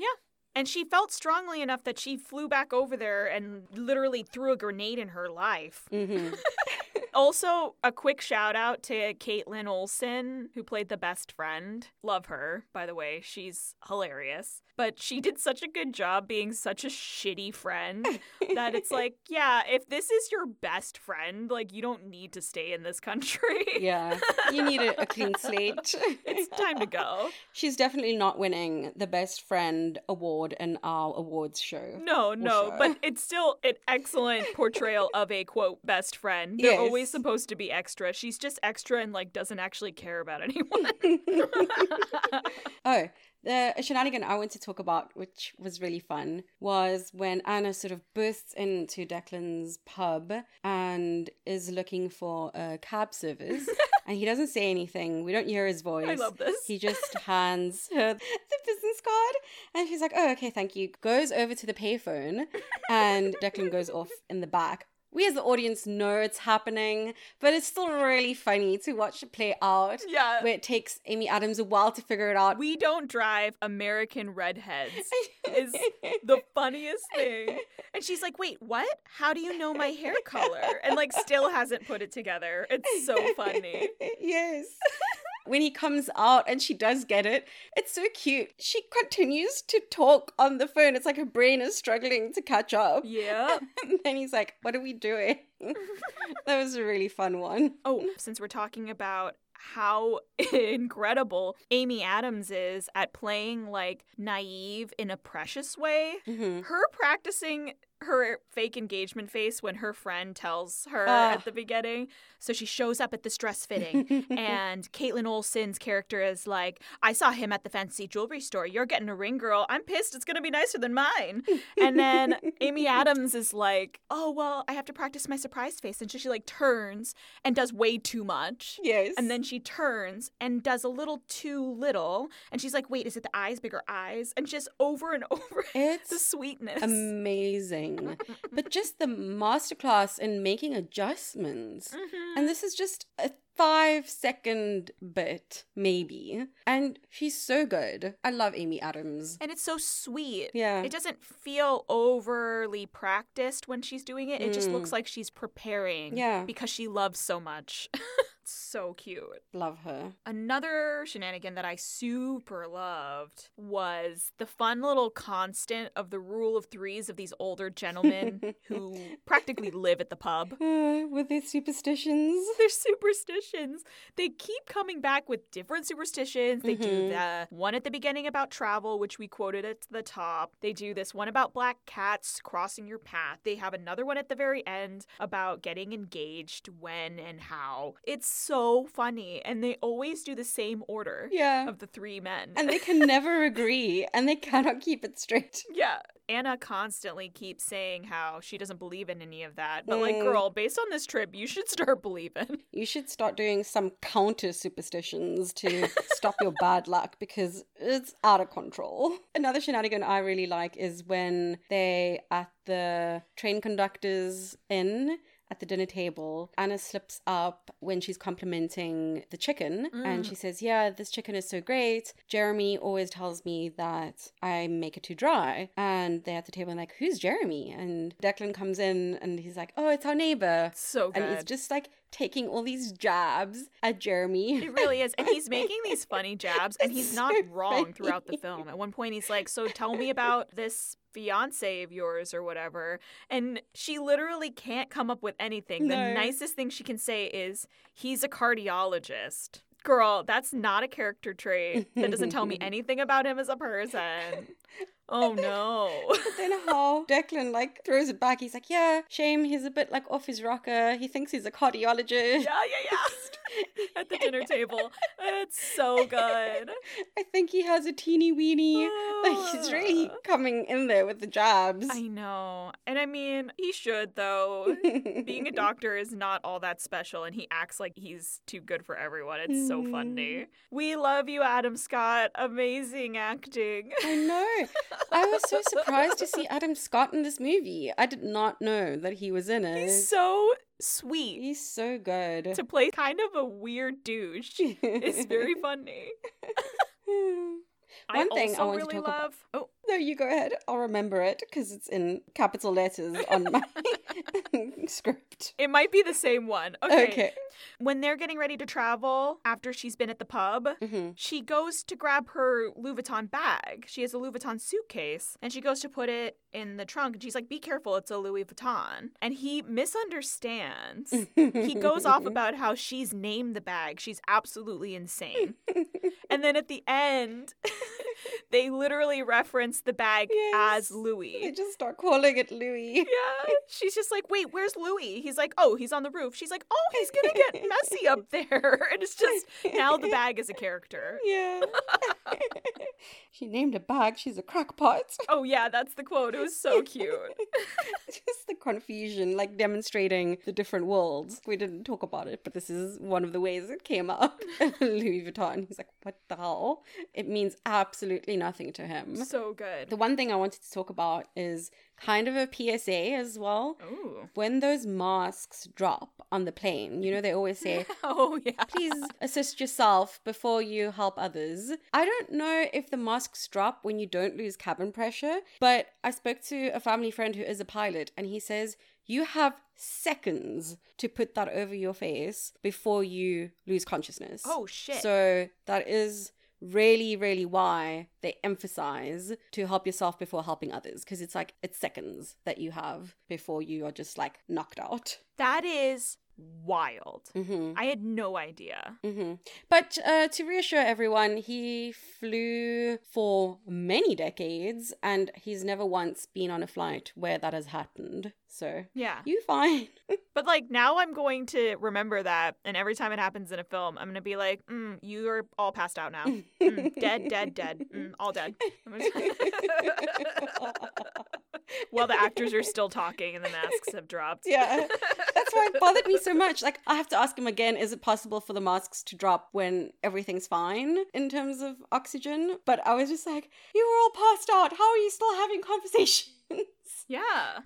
[SPEAKER 2] And she felt strongly enough that she flew back over there and literally threw a grenade in her life.
[SPEAKER 3] hmm
[SPEAKER 2] Also, a quick shout out to Caitlin Olsen, who played the best friend. Love her, by the way. She's hilarious. But she did such a good job being such a shitty friend that it's like, yeah, if this is your best friend, like, you don't need to stay in this country.
[SPEAKER 3] yeah, you need a, a clean slate.
[SPEAKER 2] It's time to go.
[SPEAKER 3] She's definitely not winning the best friend award in our awards show.
[SPEAKER 2] No, no,
[SPEAKER 3] sure.
[SPEAKER 2] but it's still an excellent portrayal of a quote best friend. They're
[SPEAKER 3] Yes.
[SPEAKER 2] always supposed to be extra. She's just extra and like doesn't actually care about anyone.
[SPEAKER 3] Oh, the shenanigan I want to talk about, which was really fun, was when Anna sort of bursts into Declan's pub and is looking for a cab service. and he doesn't say anything. We don't hear his voice.
[SPEAKER 2] I love this.
[SPEAKER 3] He just hands her the business card. And she's like, oh, okay, thank you. Goes over to the payphone and Declan goes off in the back. We as the audience know it's happening, but it's still really funny to watch it play out
[SPEAKER 2] yeah.
[SPEAKER 3] where it takes Amy Adams a while to figure it out.
[SPEAKER 2] We don't drive American redheads is the funniest thing. And she's like, wait, what? How do you know my hair color? And like, still hasn't put it together. It's so funny.
[SPEAKER 3] yes. when he comes out and she does get it, it's so cute. She continues to talk on the phone. It's like her brain is struggling to catch up.
[SPEAKER 2] Yeah.
[SPEAKER 3] And then he's like, What are we doing? that was a really fun one.
[SPEAKER 2] Oh, since we're talking about how incredible Amy Adams is at playing like naive in a precious way,
[SPEAKER 3] Mhm.
[SPEAKER 2] her practicing her fake engagement face when her friend tells her
[SPEAKER 3] Ah.
[SPEAKER 2] at the beginning. So she shows up at this dress fitting, and Caitlin Olsen's character is like, I saw him at the fancy jewelry store. You're getting a ring, girl. I'm pissed. It's going to be nicer than mine. And then Amy Adams is like, Oh, well, I have to practice my surprise face. And so she like turns and does way too much.
[SPEAKER 3] Yes.
[SPEAKER 2] And then she turns and does a little too little. And she's like, wait, is it the eyes, bigger eyes? And just over and over the
[SPEAKER 3] it's
[SPEAKER 2] sweetness.
[SPEAKER 3] amazing. but just the masterclass in making adjustments.
[SPEAKER 2] Mhm.
[SPEAKER 3] And this is just a five second bit, maybe. And she's so good. I love Amy Adams.
[SPEAKER 2] And it's so sweet.
[SPEAKER 3] Yeah.
[SPEAKER 2] It doesn't feel overly practiced when she's doing it. It just
[SPEAKER 3] Mm.
[SPEAKER 2] looks like she's preparing
[SPEAKER 3] Yeah.
[SPEAKER 2] because she loves so much. It's so cute.
[SPEAKER 3] Love her.
[SPEAKER 2] Another shenanigan that I super loved was the fun little constant of the rule of threes of these older gentlemen who practically live at the pub.
[SPEAKER 3] Uh, with their superstitions.
[SPEAKER 2] their superstitions. They keep coming back with different superstitions. They do
[SPEAKER 3] Mhm.
[SPEAKER 2] the one at the beginning about travel, which we quoted at the top. They do this one about black cats crossing your path. They have another one at the very end about getting engaged when and how. It's so funny. And they always do the same order
[SPEAKER 3] Yeah.
[SPEAKER 2] of the three men.
[SPEAKER 3] And they can never agree, and they cannot keep it straight.
[SPEAKER 2] Yeah. Anna constantly keeps saying how she doesn't believe in any of that. But, like,
[SPEAKER 3] Mm.
[SPEAKER 2] girl, based on this trip, you should start believing.
[SPEAKER 3] You should start doing some counter superstitions to stop your bad luck because it's out of control. Another shenanigan I really like is when they at the train conductors inn at the dinner table, Anna slips up when she's complimenting the chicken and she says, Yeah, this chicken is so great. Jeremy always tells me that I make it too dry. And they're at the table and like, Who's Jeremy? And Declan comes in and he's like, Oh, it's our neighbor
[SPEAKER 2] So good.
[SPEAKER 3] and it's just like taking all these jabs at Jeremy.
[SPEAKER 2] It really is. And he's making these funny jabs, and he's
[SPEAKER 3] It's
[SPEAKER 2] not
[SPEAKER 3] so
[SPEAKER 2] wrong
[SPEAKER 3] funny.
[SPEAKER 2] throughout the film. At one point, he's like, So tell me about this fiance of yours or whatever. And she literally can't come up with anything. The
[SPEAKER 3] No.
[SPEAKER 2] nicest thing she can say is, He's a cardiologist. Girl, that's not a character trait. That doesn't tell me anything about him as a person. Oh no.
[SPEAKER 3] But then how Declan like throws it back. He's like, "Yeah, shame. He's a bit like off his rocker. He thinks he's a cardiologist.
[SPEAKER 2] Yeah, yeah, yeah. At the dinner table. It's so good.
[SPEAKER 3] I think he has a teeny weeny. Like he's
[SPEAKER 2] Oh.
[SPEAKER 3] really coming in there with the jabs.
[SPEAKER 2] I know. And I mean, he should, though. Being a doctor is not all that special, and he acts like he's too good for everyone. It's so funny.
[SPEAKER 3] Mm-hmm.
[SPEAKER 2] We love you, Adam Scott. Amazing acting.
[SPEAKER 3] I know. I was so surprised to see Adam Scott in this movie. I did not know that he was in it.
[SPEAKER 2] He's so sweet.
[SPEAKER 3] He's so good.
[SPEAKER 2] To play kind of a weird douche is very funny. I
[SPEAKER 3] One thing I
[SPEAKER 2] also
[SPEAKER 3] wanted to
[SPEAKER 2] really
[SPEAKER 3] talk about-
[SPEAKER 2] love. Oh,
[SPEAKER 3] No, you go ahead. I'll remember it because it's in capital letters on my script.
[SPEAKER 2] it might be the same one. Okay.
[SPEAKER 3] Okay.
[SPEAKER 2] When they're getting ready to travel after she's been at the pub,
[SPEAKER 3] hmm
[SPEAKER 2] She goes to grab her Louis Vuitton bag. She has a Louis Vuitton suitcase and she goes to put it in the trunk. And she's like, Be careful, it's a Louis Vuitton. And he misunderstands.
[SPEAKER 3] Mm-hmm.
[SPEAKER 2] he goes off about how she's named the bag. She's absolutely insane. and then at the end, they literally reference the bag
[SPEAKER 3] Yes.
[SPEAKER 2] as
[SPEAKER 3] They
[SPEAKER 2] Louis.
[SPEAKER 3] just start calling it Louis.
[SPEAKER 2] Yeah. She's just like, Wait, where's Louis? He's like, Oh, he's on the roof. She's like, Oh, he's going to get messy up there. and it's just now the bag is a character.
[SPEAKER 3] Yeah. she named a bag. She's a crackpot.
[SPEAKER 2] Oh yeah, that's the quote. It was so cute.
[SPEAKER 3] just the confusion, like demonstrating the different worlds. We didn't talk about it, but this is one of the ways it came up. Louis Vuitton. He's like, what the hell? It means absolutely nothing to him.
[SPEAKER 2] so good.
[SPEAKER 3] The one thing I wanted to talk about is kind of a PSA as well.
[SPEAKER 2] Oh.
[SPEAKER 3] When those masks drop on the plane, you know, they always say,
[SPEAKER 2] Oh yeah.
[SPEAKER 3] please assist yourself before you help others. I don't know if the masks drop when you don't lose cabin pressure, but I spoke to a family friend who is a pilot and he says, you have seconds to put that over your face before you lose consciousness.
[SPEAKER 2] Oh shit.
[SPEAKER 3] So that is really, really why they emphasize to help yourself before helping others because it's like it's seconds that you have before you are just like knocked out.
[SPEAKER 2] that is wild.
[SPEAKER 3] Mm-hmm.
[SPEAKER 2] I had no idea.
[SPEAKER 3] Mm-hmm. But uh, to reassure everyone, he flew for many decades and he's never once been on a flight where that has happened. So
[SPEAKER 2] Yeah.
[SPEAKER 3] you fine.
[SPEAKER 2] But like now I'm going to remember that and every time it happens in a film, I'm going to be like, mm, you are all passed out now. Mm, dead, dead, dead. Mm, all dead. I'm just- While the actors are still talking and the masks have dropped.
[SPEAKER 3] Yeah. That's why it bothered me so much. Like, I have to ask him again is it possible for the masks to drop when everything's fine in terms of oxygen? But I was just like, you were all passed out. How are you still having conversations?
[SPEAKER 2] Yeah.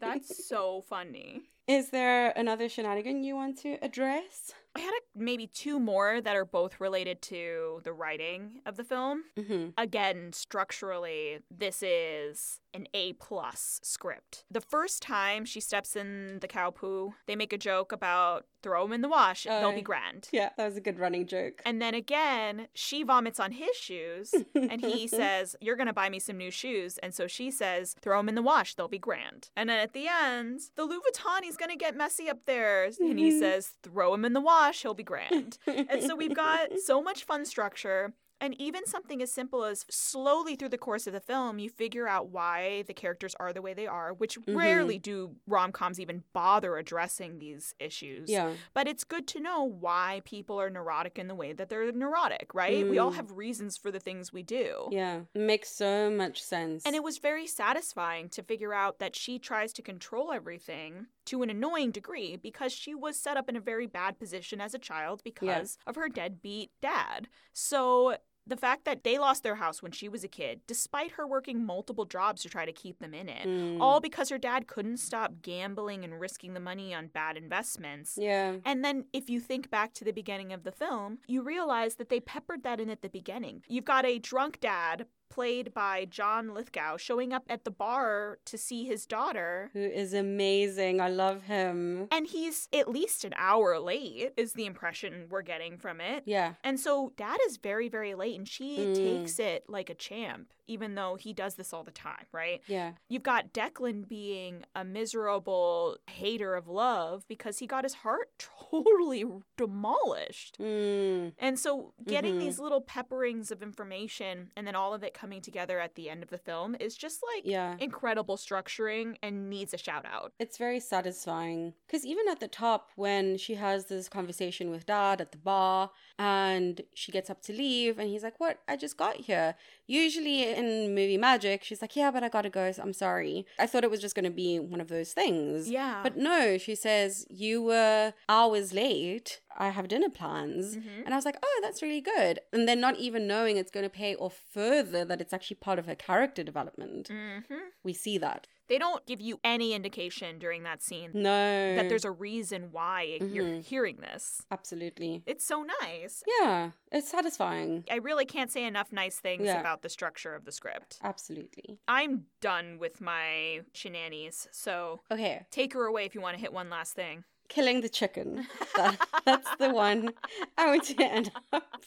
[SPEAKER 2] That's so funny.
[SPEAKER 3] Is there another shenanigan you want to address?
[SPEAKER 2] I had a, maybe two more that are both related to the writing of the film.
[SPEAKER 3] Mm-hmm.
[SPEAKER 2] again structurally this is an a plus script the first time she steps in the cow poo they make a joke about throw them in the wash they'll
[SPEAKER 3] Oh.
[SPEAKER 2] be grand
[SPEAKER 3] Yeah, that was a good running joke.
[SPEAKER 2] and then again she vomits on his shoes and he says you're gonna buy me some new shoes and so she says throw them in the wash they'll be grand and then at the end the louis vuitton is gonna get messy up there and he
[SPEAKER 3] Mhm.
[SPEAKER 2] says throw him in the wash he'll be grand and so we've got so much fun structure. And even something as simple as slowly through the course of the film, you figure out why the characters are the way they are, which
[SPEAKER 3] Mhm.
[SPEAKER 2] rarely do rom coms even bother addressing these issues.
[SPEAKER 3] Yeah.
[SPEAKER 2] But it's good to know why people are neurotic in the way that they're neurotic, right? We all
[SPEAKER 3] Mm.
[SPEAKER 2] have reasons for the things we do.
[SPEAKER 3] Yeah. Makes so much sense.
[SPEAKER 2] And it was very satisfying to figure out that she tries to control everything to an annoying degree because she was set up in a very bad position as a child because of her deadbeat dad. So the fact that they lost their house when she was a kid, despite her working multiple jobs to try to keep them in it,
[SPEAKER 3] Mm.
[SPEAKER 2] all because her dad couldn't stop gambling and risking the money on bad investments.
[SPEAKER 3] Yeah.
[SPEAKER 2] And then if you think back to the beginning of the film, you realize that they peppered that in at the beginning. You've got a drunk dad played by John Lithgow showing up at the bar to see his daughter.
[SPEAKER 3] Who is amazing. I love him.
[SPEAKER 2] And he's at least an hour late, is the impression we're getting from it.
[SPEAKER 3] Yeah.
[SPEAKER 2] And so dad is very, very late, and she
[SPEAKER 3] Mm.
[SPEAKER 2] takes it like a champ, even though he does this all the time, right?
[SPEAKER 3] Yeah.
[SPEAKER 2] You've got Declan being a miserable hater of love because he got his heart totally demolished.
[SPEAKER 3] Mm.
[SPEAKER 2] And so getting
[SPEAKER 3] Mhm.
[SPEAKER 2] these little pepperings of information and then all of it coming together at the end of the film is just like
[SPEAKER 3] Yeah.
[SPEAKER 2] incredible structuring and needs a shout out.
[SPEAKER 3] It's very satisfying. Because even at the top, when she has this conversation with dad at the bar and she gets up to leave, and he's like, What? I just got here. Usually in movie magic, she's like, Yeah, but I gotta go. so I'm sorry. I thought it was just gonna be one of those things.
[SPEAKER 2] Yeah.
[SPEAKER 3] But no, she says, You were hours late. I have dinner plans.
[SPEAKER 2] Mhm.
[SPEAKER 3] And I was like, Oh, that's really good. And then not even knowing it's gonna pay off further that it's actually part of her character development.
[SPEAKER 2] Mhm.
[SPEAKER 3] We see that.
[SPEAKER 2] They don't give you any indication during that scene
[SPEAKER 3] No.
[SPEAKER 2] that there's a reason why you're
[SPEAKER 3] Mhm.
[SPEAKER 2] hearing this.
[SPEAKER 3] Absolutely.
[SPEAKER 2] It's so nice.
[SPEAKER 3] Yeah, it's satisfying.
[SPEAKER 2] I really can't say enough nice things
[SPEAKER 3] Yeah.
[SPEAKER 2] about the structure of the script.
[SPEAKER 3] Absolutely.
[SPEAKER 2] I'm done with my shenanigans, so
[SPEAKER 3] Okay,
[SPEAKER 2] take her away if you want to hit one last thing.
[SPEAKER 3] killing the chicken. That- that's the one I want to end up.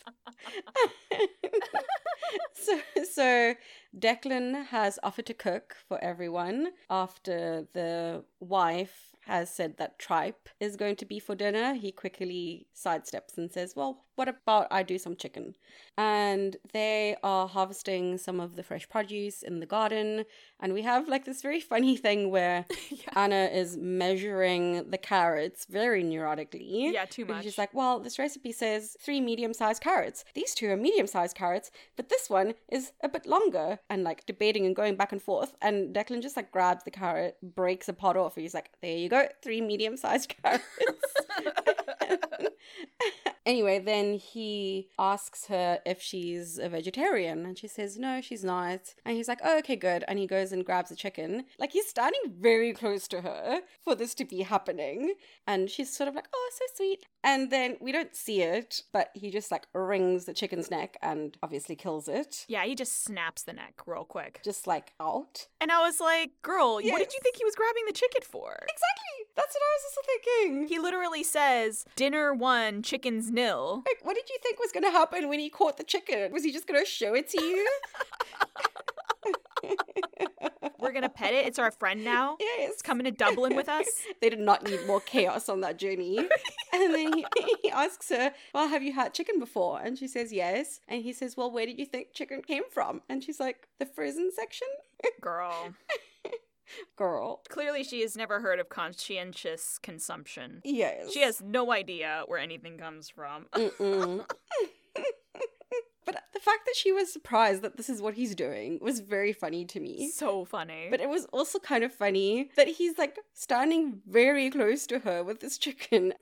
[SPEAKER 3] so, so Declan has offered to cook for everyone after the wife has said that tripe is going to be for dinner. He quickly sidesteps and says, "Well, what about I do some chicken?" And they are harvesting some of the fresh produce in the garden, and we have like this very funny thing where Anna is measuring the carrots very neurotically.
[SPEAKER 2] Yeah, too
[SPEAKER 3] Because
[SPEAKER 2] much.
[SPEAKER 3] She's like, well, this recipe says three medium sized carrots. These two are medium sized carrots, but this one is a bit longer. And like debating and going back and forth. And Declan just like grabs the carrot, breaks a pot off, and he's like, there you go, three medium sized carrots. anyway, then he asks her if she's a vegetarian, and she says, no, she's not. And he's like, oh, okay, good. And he goes and grabs a chicken. Like, he's standing very close to her for this to be happening. And she's sort of like, oh, so sweet. And then we don't see it, but he just like wrings the chicken's neck and obviously kills it.
[SPEAKER 2] yeah, he just snaps the neck real quick.
[SPEAKER 3] Just like out.
[SPEAKER 2] And I was like, girl, what did
[SPEAKER 3] Yes.
[SPEAKER 2] you think he was grabbing the chicken for?
[SPEAKER 3] Exactly. That's what I was also thinking.
[SPEAKER 2] He literally says, dinner one, chickens nil.
[SPEAKER 3] Like, what did you think was going to happen when he caught the chicken? Was he just going to show it to you?
[SPEAKER 2] we're gonna pet it. It's our friend now.
[SPEAKER 3] Yes.
[SPEAKER 2] It's coming to Dublin with us.
[SPEAKER 3] They did not need more chaos on that journey. And then he, he asks her, Well, have you had chicken before? And she says, Yes. And he says, Well, where did you think chicken came from? And she's like, The frozen section?
[SPEAKER 2] Girl.
[SPEAKER 3] Girl.
[SPEAKER 2] Clearly she has never heard of conscientious consumption.
[SPEAKER 3] Yes.
[SPEAKER 2] She has no idea where anything comes from.
[SPEAKER 3] Mm-mm. but the fact that she was surprised that this is what he's doing was very funny to me.
[SPEAKER 2] so funny.
[SPEAKER 3] But it was also kind of funny that he's like standing very close to her with this chicken.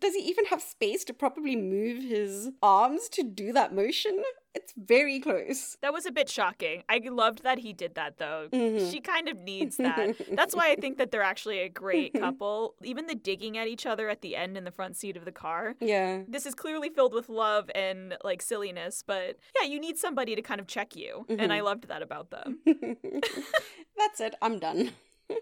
[SPEAKER 3] Does he even have space to properly move his arms to do that motion? It's very close.
[SPEAKER 2] that was a bit shocking. I loved that he did that though.
[SPEAKER 3] Mhm.
[SPEAKER 2] She kind of needs that. That's why I think that they're actually a great couple. Even the digging at each other at the end in the front seat of the car.
[SPEAKER 3] Yeah.
[SPEAKER 2] This is clearly filled with love and like silliness, but yeah, you need somebody to kind of check you. And I loved that about them.
[SPEAKER 3] That's it. I'm done.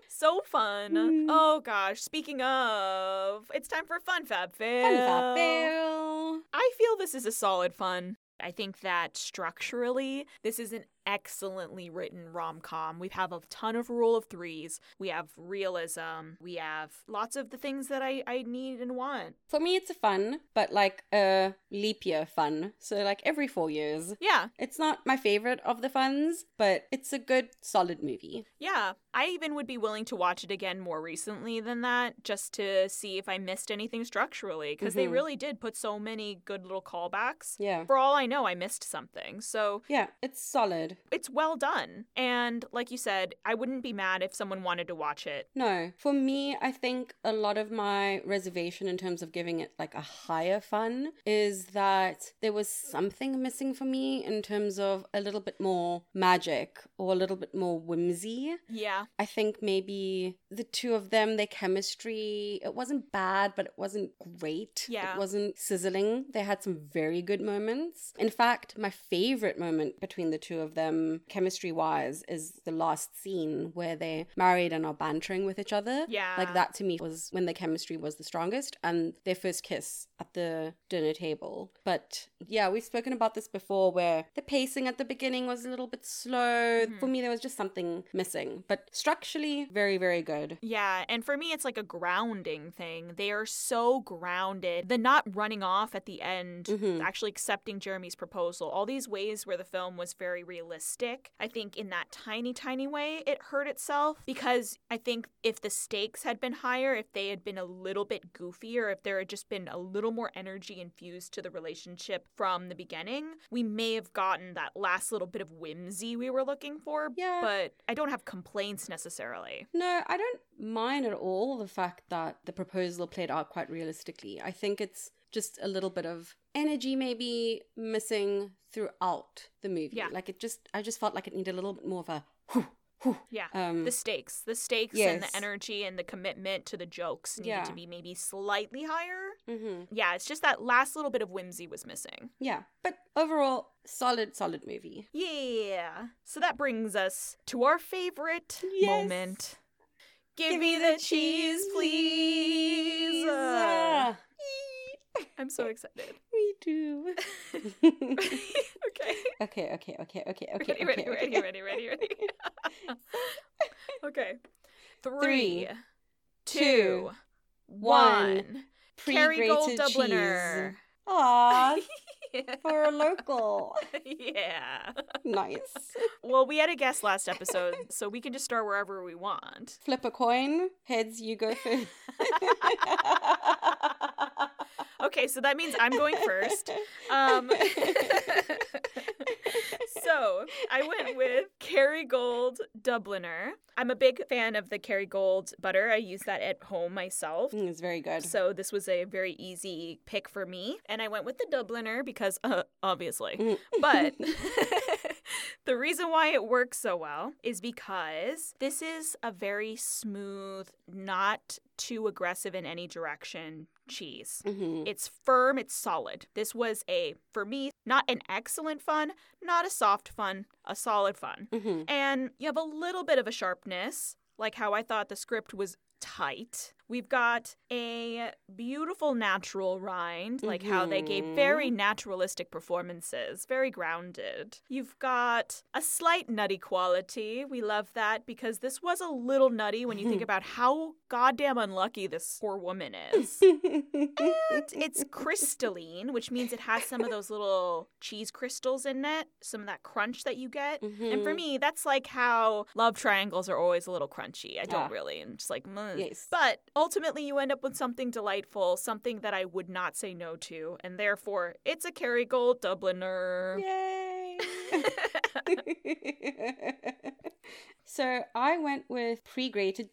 [SPEAKER 2] So fun.
[SPEAKER 3] Mm.
[SPEAKER 2] Oh gosh, speaking of, it's time for Fun Fab Fail.
[SPEAKER 3] Fun fact fail.
[SPEAKER 2] I feel this is a solid fun. I think that structurally, this is an excellently written rom com. We have a ton of rule of threes. We have realism. We have lots of the things that I, I need and want.
[SPEAKER 3] For me, it's a fun, but like a leap year fun. So, like every four years.
[SPEAKER 2] Yeah,
[SPEAKER 3] It's not my favorite of the funs, but it's a good, solid movie.
[SPEAKER 2] yeah. I even would be willing to watch it again more recently than that just to see if I missed anything structurally because they
[SPEAKER 3] Mhm.
[SPEAKER 2] really did put so many good little callbacks.
[SPEAKER 3] Yeah.
[SPEAKER 2] For all I know, I missed something. So
[SPEAKER 3] Yeah, it's solid.
[SPEAKER 2] it's well done. And like you said, I wouldn't be mad if someone wanted to watch it.
[SPEAKER 3] No, for me, I think a lot of my reservation in terms of giving it like a higher fun is that there was something missing for me in terms of a little bit more magic or a little bit more whimsy.
[SPEAKER 2] Yeah.
[SPEAKER 3] I think maybe the two of them, their chemistry, it wasn't bad, but it wasn't great.
[SPEAKER 2] Yeah.
[SPEAKER 3] It wasn't sizzling. They had some very good moments. In fact, my favorite moment between the two of them, chemistry wise, is the last scene where they're married and are bantering with each other.
[SPEAKER 2] Yeah.
[SPEAKER 3] Like that to me was when the chemistry was the strongest and their first kiss at the dinner table. But yeah, we've spoken about this before where the pacing at the beginning was a little bit slow. For me, there was just something missing. But structurally, very, very good.
[SPEAKER 2] Yeah, and for me, it's like a grounding thing. They are so grounded. The not running off at the end,
[SPEAKER 3] Mhm.
[SPEAKER 2] actually accepting Jeremy's proposal, all these ways where the film was very realistic. I think in that tiny, tiny way, it hurt itself because I think if the stakes had been higher, if they had been a little bit goofier, if there had just been a little more energy infused to the relationship from the beginning, we may have gotten that last little bit of whimsy we were looking for.
[SPEAKER 3] Yeah.
[SPEAKER 2] But I don't have complaints necessarily.
[SPEAKER 3] No, I don't mind at all the fact that the proposal played out quite realistically. I think it's just a little bit of energy maybe missing throughout the movie.
[SPEAKER 2] Yeah.
[SPEAKER 3] Like it just I just felt like it needed a little bit more of a whew, whew.
[SPEAKER 2] Yeah.
[SPEAKER 3] Um
[SPEAKER 2] the stakes the stakes and
[SPEAKER 3] Yes.
[SPEAKER 2] the energy and the commitment to the jokes needed
[SPEAKER 3] Yeah.
[SPEAKER 2] to be maybe slightly higher
[SPEAKER 3] mhm.
[SPEAKER 2] yeah it's just that last little bit of whimsy was missing
[SPEAKER 3] Yeah, but overall, solid, solid movie.
[SPEAKER 2] yeah so that brings us to our favorite
[SPEAKER 3] Yes.
[SPEAKER 2] moment give, me the cheese please Uh,
[SPEAKER 3] Ah,
[SPEAKER 2] i'm so excited
[SPEAKER 3] me too.
[SPEAKER 2] okay
[SPEAKER 3] okay, okay, okay, okay, okay.
[SPEAKER 2] ready ready ready
[SPEAKER 3] okay, okay.
[SPEAKER 2] ready ready ready okay
[SPEAKER 3] Three,
[SPEAKER 2] Three, two, one.
[SPEAKER 3] two,
[SPEAKER 2] Kerrygold
[SPEAKER 3] Pre-grated
[SPEAKER 2] Dubliner.
[SPEAKER 3] cheese. Aw,
[SPEAKER 2] Yeah.
[SPEAKER 3] for a local.
[SPEAKER 2] yeah.
[SPEAKER 3] nice.
[SPEAKER 2] Well, we had a guest last episode, so we can just start wherever we want.
[SPEAKER 3] Flip a coin. Heads, you go first.
[SPEAKER 2] Okay, so that means I'm going first. Um, so I went with Kerrygold Dubliner. I'm a big fan of the Kerrygold butter. I use that at home myself.
[SPEAKER 3] Mm, it's very good.
[SPEAKER 2] So this was a very easy pick for me. And I went with the Dubliner because, uh, obviously.
[SPEAKER 3] Mm.
[SPEAKER 2] But the reason why it works so well is because this is a very smooth, not too aggressive in any direction cheese.
[SPEAKER 3] Mhm.
[SPEAKER 2] It's firm, it's solid. This was a, for me, not an excellent fun, not a soft fun, a solid fun.
[SPEAKER 3] Mhm.
[SPEAKER 2] And you have a little bit of a sharpness, like how I thought the script was tight. We've got a beautiful natural rind, like how they gave very naturalistic performances, very grounded. You've got a slight nutty quality. We love that because this was a little nutty when you think about how goddamn unlucky this poor woman is.
[SPEAKER 3] Mm-hmm.
[SPEAKER 2] And it's crystalline, which means it has some of those little cheese crystals in it, some of that crunch that you get. And for
[SPEAKER 3] Mhm.
[SPEAKER 2] me, that's like how love triangles are always a little crunchy. I don't
[SPEAKER 3] Ah.
[SPEAKER 2] really, and just like, "Meh."
[SPEAKER 3] Yes.
[SPEAKER 2] but ultimately, you end up with something delightful, something that I would not say no to, and therefore, it's a Kerrygold Dubliner.
[SPEAKER 3] Yay! so I went with pre-grated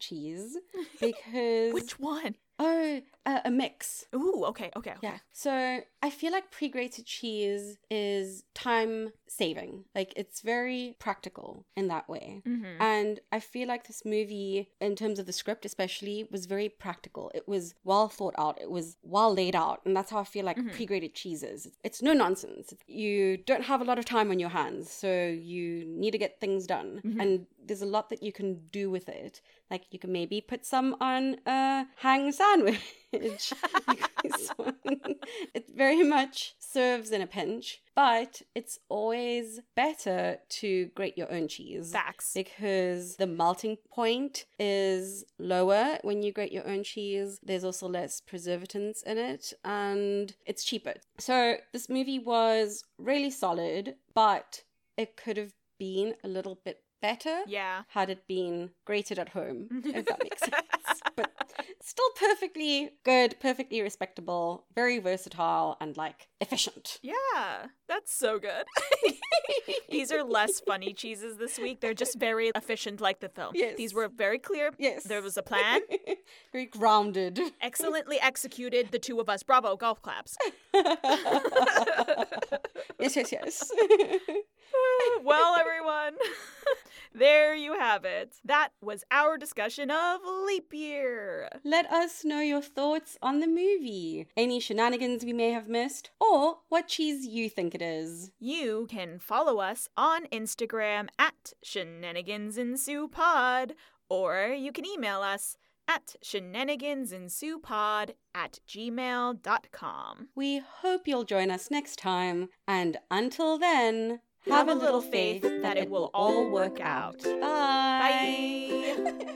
[SPEAKER 3] cheese because
[SPEAKER 2] Which one?
[SPEAKER 3] oh, uh, a mix.
[SPEAKER 2] Ooh, okay, okay.
[SPEAKER 3] Yeah. So I feel like pre grated cheese is time saving. Like it's very practical in that way.
[SPEAKER 2] Mm-hmm.
[SPEAKER 3] And I feel like this movie, in terms of the script especially, was very practical. It was well thought out, it was well laid out. And that's how I feel like
[SPEAKER 2] Mhm.
[SPEAKER 3] pre grated cheese is. It's no nonsense. You don't have a lot of time on your hands, so you need to get things done.
[SPEAKER 2] Mhm.
[SPEAKER 3] And there's a lot that you can do with it. Like you can maybe put some on a hang sandwich. You can- so- it very much serves in a pinch, but it's always better to grate your own cheese
[SPEAKER 2] Facts.
[SPEAKER 3] because the melting point is lower when you grate your own cheese. There's also less preservatives in it and it's cheaper. So this movie was really solid, but it could have been a little bit better
[SPEAKER 2] Yeah.
[SPEAKER 3] had it been grated at home, if that makes sense. But still perfectly good, perfectly respectable, very versatile, and like efficient.
[SPEAKER 2] Yeah, that's so good. These are less funny cheeses this week. They're just very efficient, like the film.
[SPEAKER 3] Yes.
[SPEAKER 2] These were very clear.
[SPEAKER 3] Yes.
[SPEAKER 2] There was a plan.
[SPEAKER 3] very grounded.
[SPEAKER 2] Excellently executed. The two of us. Bravo. Golf claps.
[SPEAKER 3] yes, yes, yes.
[SPEAKER 2] well, everyone, there you have it. That was our discussion of leap year.
[SPEAKER 3] Let us know your thoughts on the movie, any shenanigans we may have missed, or what cheese you think it is.
[SPEAKER 2] You can follow us on Instagram at Shenanigans Pod, or you can email us at Shenanigans at gmail.com.
[SPEAKER 3] We hope you'll join us next time, and until then, have, a little faith that it will all work out. Bye.
[SPEAKER 2] Bye.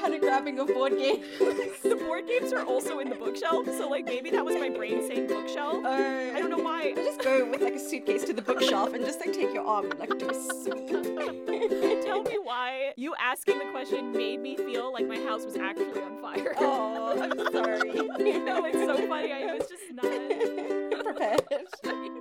[SPEAKER 3] Panic grabbing of board game.
[SPEAKER 2] the board games are also in the bookshelf, so like maybe that was my brain saying bookshelf.
[SPEAKER 3] Oh.
[SPEAKER 2] I don't know why.
[SPEAKER 3] Just go with like a suitcase to the bookshelf and just like take your arm and like do a
[SPEAKER 2] Tell me why you asking the question made me feel like my house was actually on fire.
[SPEAKER 3] Oh, I'm sorry.
[SPEAKER 2] no, it's so funny. I was just not
[SPEAKER 3] prepared.
[SPEAKER 2] prepared.